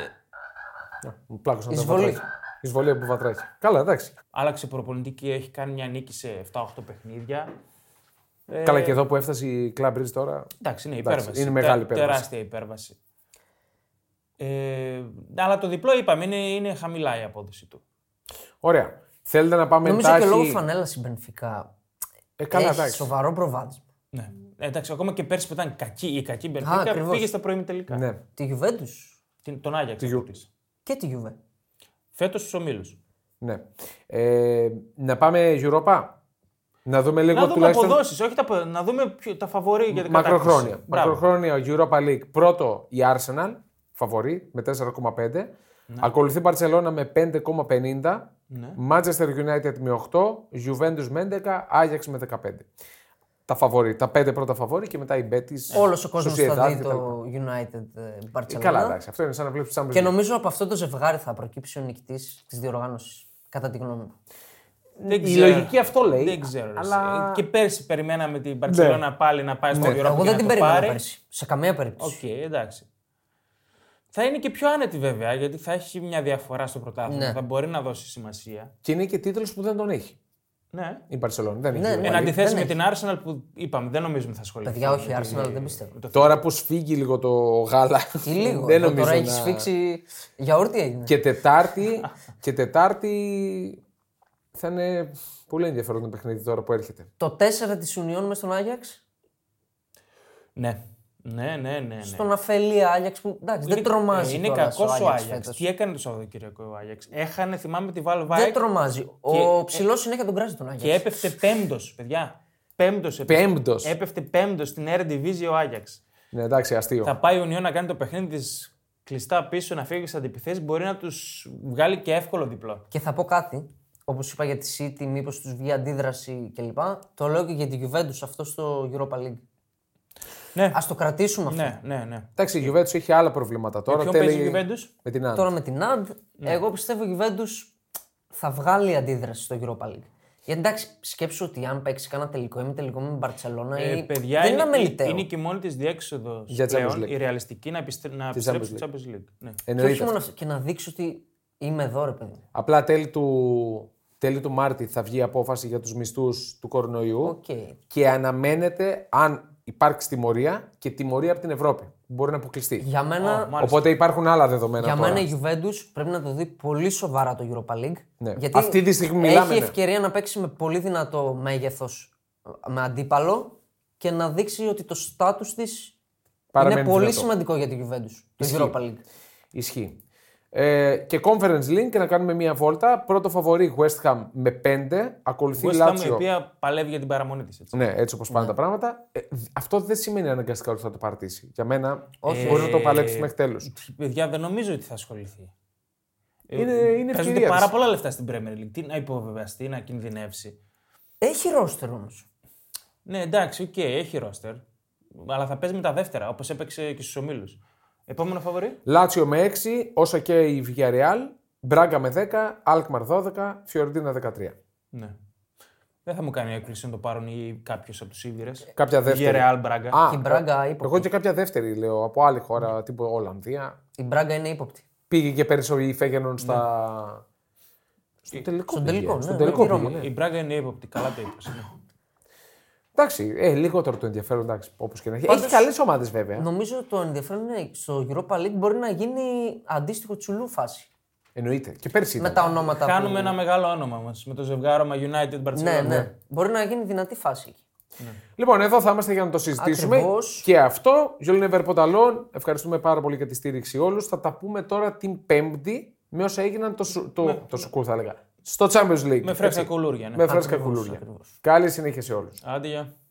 A: Να, Μου πλάκωσαν τα
C: Εισβολή.
A: βατράχια. Εισβολή από βατράχια. Καλά, εντάξει.
B: άλλαξε προπονητή και έχει κάνει μια νίκη σε 7-8 παιχνίδια.
C: Ε,
A: Καλά, και εδώ που έφτασε η Club Bridge τώρα.
B: Εντάξει, είναι
A: Εντάξει,
B: υπέρβαση.
A: είναι μεγάλη υπέρβαση.
B: Τεράστια υπέρβαση. Ε, αλλά το διπλό είπαμε, είναι, είναι χαμηλά η απόδοση του.
A: Ωραία. Θέλετε να πάμε
C: Νομίζω
A: εντάχει.
C: και λόγω φανέλα η Benfica
A: Ε, καλά,
C: έχει
A: εντάξει.
C: σοβαρό προβάδισμα.
B: Ναι. Εντάξει, ακόμα και πέρσι που ήταν κακή η κακή
C: Α,
B: Μπερφίκα,
C: ακριβώς.
B: πήγε στα πρώιμη τελικά.
A: Ναι.
C: Τη Juventus
B: Τον Άγιαξ
A: Γιου.
B: της.
C: και τη Juve.
B: Φέτος στους ομίλους.
A: ναι. Ε, να πάμε Europa. Να δούμε λίγο
B: Να δούμε
A: τουλάχιστον
B: αποδόσεις, όχι τα, απο- να δούμε ποιο- τα φαβορή για την
A: μακροχρόνια.
B: κατάκτηση. Μπράβο.
A: Μακροχρόνια Europa League. Πρώτο η Arsenal, φαβορή, με 4,5.
C: Ναι.
A: Ακολουθεί Barcelona με 5,50. Manchester United με 8. Juventus με 11. Ajax με 15. Τα φαβορή, τα πέντε πρώτα φαβορή και μετά η Betis.
C: Όλος ο κόσμος θα
A: Ε, Sociedad
C: δει
A: κτλ.
C: το United ε, Barcelona.
A: Καλά, εντάξει. Αυτό είναι σαν να βλέπεις
C: Και νομίζω από αυτό το ζευγάρι θα προκύψει ο νικητής της διοργάνωσης. Κατά τη γνώμη μου.
B: Δεν
A: Η
B: ξέρω.
A: λογική αυτό λέει.
B: Δεν ξέρω. ρε,
A: Αλλά-
B: εσύ. Και πέρσι περιμέναμε την
A: Ναι.
B: Παρσελόνα πάλι να πάει στο Europa.
C: Εγώ
B: και
C: δεν
B: να
C: την
B: το
C: περίμενα
B: πάρει.
C: πέρσι. Σε καμία περίπτωση.
B: Οκ, εντάξει. Θα είναι και πιο άνετη βέβαια, γιατί θα έχει μια διαφορά στο πρωτάθλημα.
C: Ναι.
B: Θα μπορεί να δώσει σημασία.
A: Και είναι και τίτλος που δεν τον έχει
B: Ναι.
A: η Barcelona. Δεν έχει
C: Ναι,
A: Europa
B: Εν
A: League.
B: αντιθέσει με την Arsenal που είπαμε, δεν νομίζουμε θα ασχοληθεί.
C: Παιδιά, όχι,
B: με τη-
C: Arsenal δεν πιστεύω.
B: με το
A: Τώρα που σφίγγει λίγο το γάλα.
C: Τι λίγο.
A: δεν
C: εδώ
A: νομίζω
C: τώρα
A: να...
C: έχει σφίξει. Γιαούρτι έγινε.
A: Και Τετάρτη, και τετάρτη θα είναι πολύ ενδιαφέρον το παιχνίδι τώρα που έρχεται.
C: Το 4 τη Union μες στον Άγιαξ.
B: Ναι, ναι, ναι. ναι, ναι.
C: Στον αφελή Άγιαξ που εντάξει, δεν τρομάζει.
B: Είναι
C: κιόλας
B: κακός ο
C: Ajax
B: Άγιαξ.
C: φέτος.
B: Τι έκανε το Σαββατοκύριακο ο Άγιαξ. Έχανε, θυμάμαι τη Βάλ
C: Δεν
B: Βάικ
C: τρομάζει. Ο ψηλός συνέχεια τον κράζει τον
B: και
C: Άγιαξ.
B: έπεφτε πέμπτος, παιδιά. Πέμπτος
A: Πέμπτος.
B: Έπεφτε πέμπτος στην Eredivisie ο Άγιαξ.
A: Ναι, εντάξει, αστείο.
B: Θα πάει η Union να κάνει το παιχνίδι της κλειστά πίσω, να φύγει στις αντιπιθέσεις. Μπορεί να τους βγάλει και εύκολο διπλό.
C: Και θα πω κάτι. Όπως είπα για τη City, μήπως τους βγει αντίδραση κλπ. Το λέω και για τη Juventus αυτό στο Europa League.
B: Ναι,
C: Ας το κρατήσουμε αυτό.
B: ναι, ναι. ναι.
A: Εντάξει, η Juventus έχει άλλα προβλήματα τώρα.
B: Ποιον
A: τέλει-
B: παίζει η Juventus?
A: Με την Άννα.
C: Τώρα με την Αντ,
B: Ναι.
C: εγώ πιστεύω η Juventus θα βγάλει αντίδραση στο Europa League. Γιατί εντάξει, σκέψου ότι αν παίξει κάνα τελικό ή με τελικό με την Μπαρσελόνα.
B: Ε,
C: ή...
B: παιδιά,
C: δεν είναι
B: είναι,
C: αμεληταίο.
B: είναι και η μόνη της διέξοδος
A: Για Champions
B: πλέον
A: League.
B: η ρεαλιστική να, επιστρέ... να επιστρέψει στο Champions League. Ναι.
C: Και, όχι
A: Εννοείται.
C: μόνο αυτό, και να δείξει ότι είμαι εδώ, ρε παιδί.
A: Απλά τέλη του, τέλη του Μάρτη θα βγει η απόφαση για τους μισθούς του κορονοϊού
C: Οκ.
A: και αναμένεται αν υπάρξει τιμωρία και τιμωρία από την Ευρώπη. Μπορεί να αποκλειστεί.
C: Για μένα,
B: μάλιστα.
A: Οπότε υπάρχουν άλλα δεδομένα
C: για
A: τώρα.
C: μένα η Juventus πρέπει να το δει πολύ σοβαρά το Europa League.
A: Ναι. Αυτή τη στιγμή
C: έχει
A: μιλάμε, ναι.
C: ευκαιρία να παίξει με πολύ δυνατό μέγεθος με αντίπαλο και να δείξει ότι το στάτους της
A: Παραμένει
C: είναι πολύ
A: δυνατό.
C: σημαντικό για τη Juventus. Το
A: Ισχύει.
C: Europa League.
A: Ισχύει. Ε, και Conference League και να κάνουμε μία βόλτα. Πρώτο φαβορή West Ham με 5. Ακολουθεί
B: West Ham, η
A: Lazio.
B: οποία παλεύει για την παραμονή της.
A: Ναι, έτσι όπως πάνε τα πράγματα. Ε, δ- αυτό δεν σημαίνει αναγκαστικά ότι θα το παρτίσει. Για μένα
C: Όχι.
A: μπορεί να το
B: Ε,
A: παλέψεις μέχρι τέλους.
B: Παιδιά, δεν νομίζω ότι θα ασχοληθεί. Ε,
A: Είναι- είναι
B: Παίζονται
A: ευκαιρίας
B: πάρα
A: της.
B: πολλά λεφτά στην Premier League. Τι να υποβεβαιαστεί, να κινδυνεύσει.
C: Έχει ρόστερ όμως.
B: Ναι, εντάξει, οκ, έχει ρόστερ. Αλλά θα παίζει με τα δεύτερα, όπως έπαιξε και στους ομίλους. Επόμενο φαβορή.
A: Λάτσιο με 6, όσο και η Villarreal. Μπράγκα με 10, Αλκμαρ 12, Φιωρντίνα 13.
B: Ναι. Δεν θα μου κάνει έκπληξη να το πάρουν ή κάποιος από τους ίδιου.
A: Κάποια δεύτερη.
B: Real Braga.
A: Α, ε,
C: Η Μπράγκα, ύποπτη.
A: εγώ και κάποια δεύτερη λέω από άλλη χώρα, τύπου Ολλανδία.
C: Η Μπράγκα είναι ύποπτη.
A: Πήγε και πέρσι η Φέγενον στα. Στο τελικό.
C: Στον
A: πήγε,
C: τελικό, ναι,
A: Στον
C: ναι,
A: τελικό
C: τη
A: πήγε,
C: Ρώμη.
A: ναι.
B: Η Braga είναι ύποπτη, καλά το είπες.
A: Εντάξει, ε, λιγότερο το ενδιαφέρον, εντάξει, όπως και να έχει.
C: Πάντως- Ναι.
A: Έχει καλές ομάδες βέβαια.
C: Νομίζω το ενδιαφέρον είναι στο Europa League μπορεί να γίνει αντίστοιχο τσουλού φάση.
A: Εννοείται. Και πέρσι
C: Με
A: ήταν.
C: τα ονόματα
B: Κάνουμε
C: που...
B: ένα μεγάλο όνομα μας με το ζευγάρωμα United Barcelona.
C: Ναι, ναι. Μπορεί να γίνει δυνατή φάση εκεί.
A: Λοιπόν, εδώ θα είμαστε για να το συζητήσουμε.
C: Ακριβώς.
A: Και αυτό. Γιώργο Πονταλόν, ευχαριστούμε πάρα πολύ για τη στήριξη όλους. Θα τα πούμε τώρα την Πέμπτη με όσα έγιναν το, σου- το, το σουκούρ, θα έλεγα. Στο Champions League.
B: Με φρέσκα
A: έτσι.
B: κουλούρια. Ναι.
A: Με φρέσκα κουλούρια. Καλή συνέχεια σε όλους.
B: Άντε, γεια.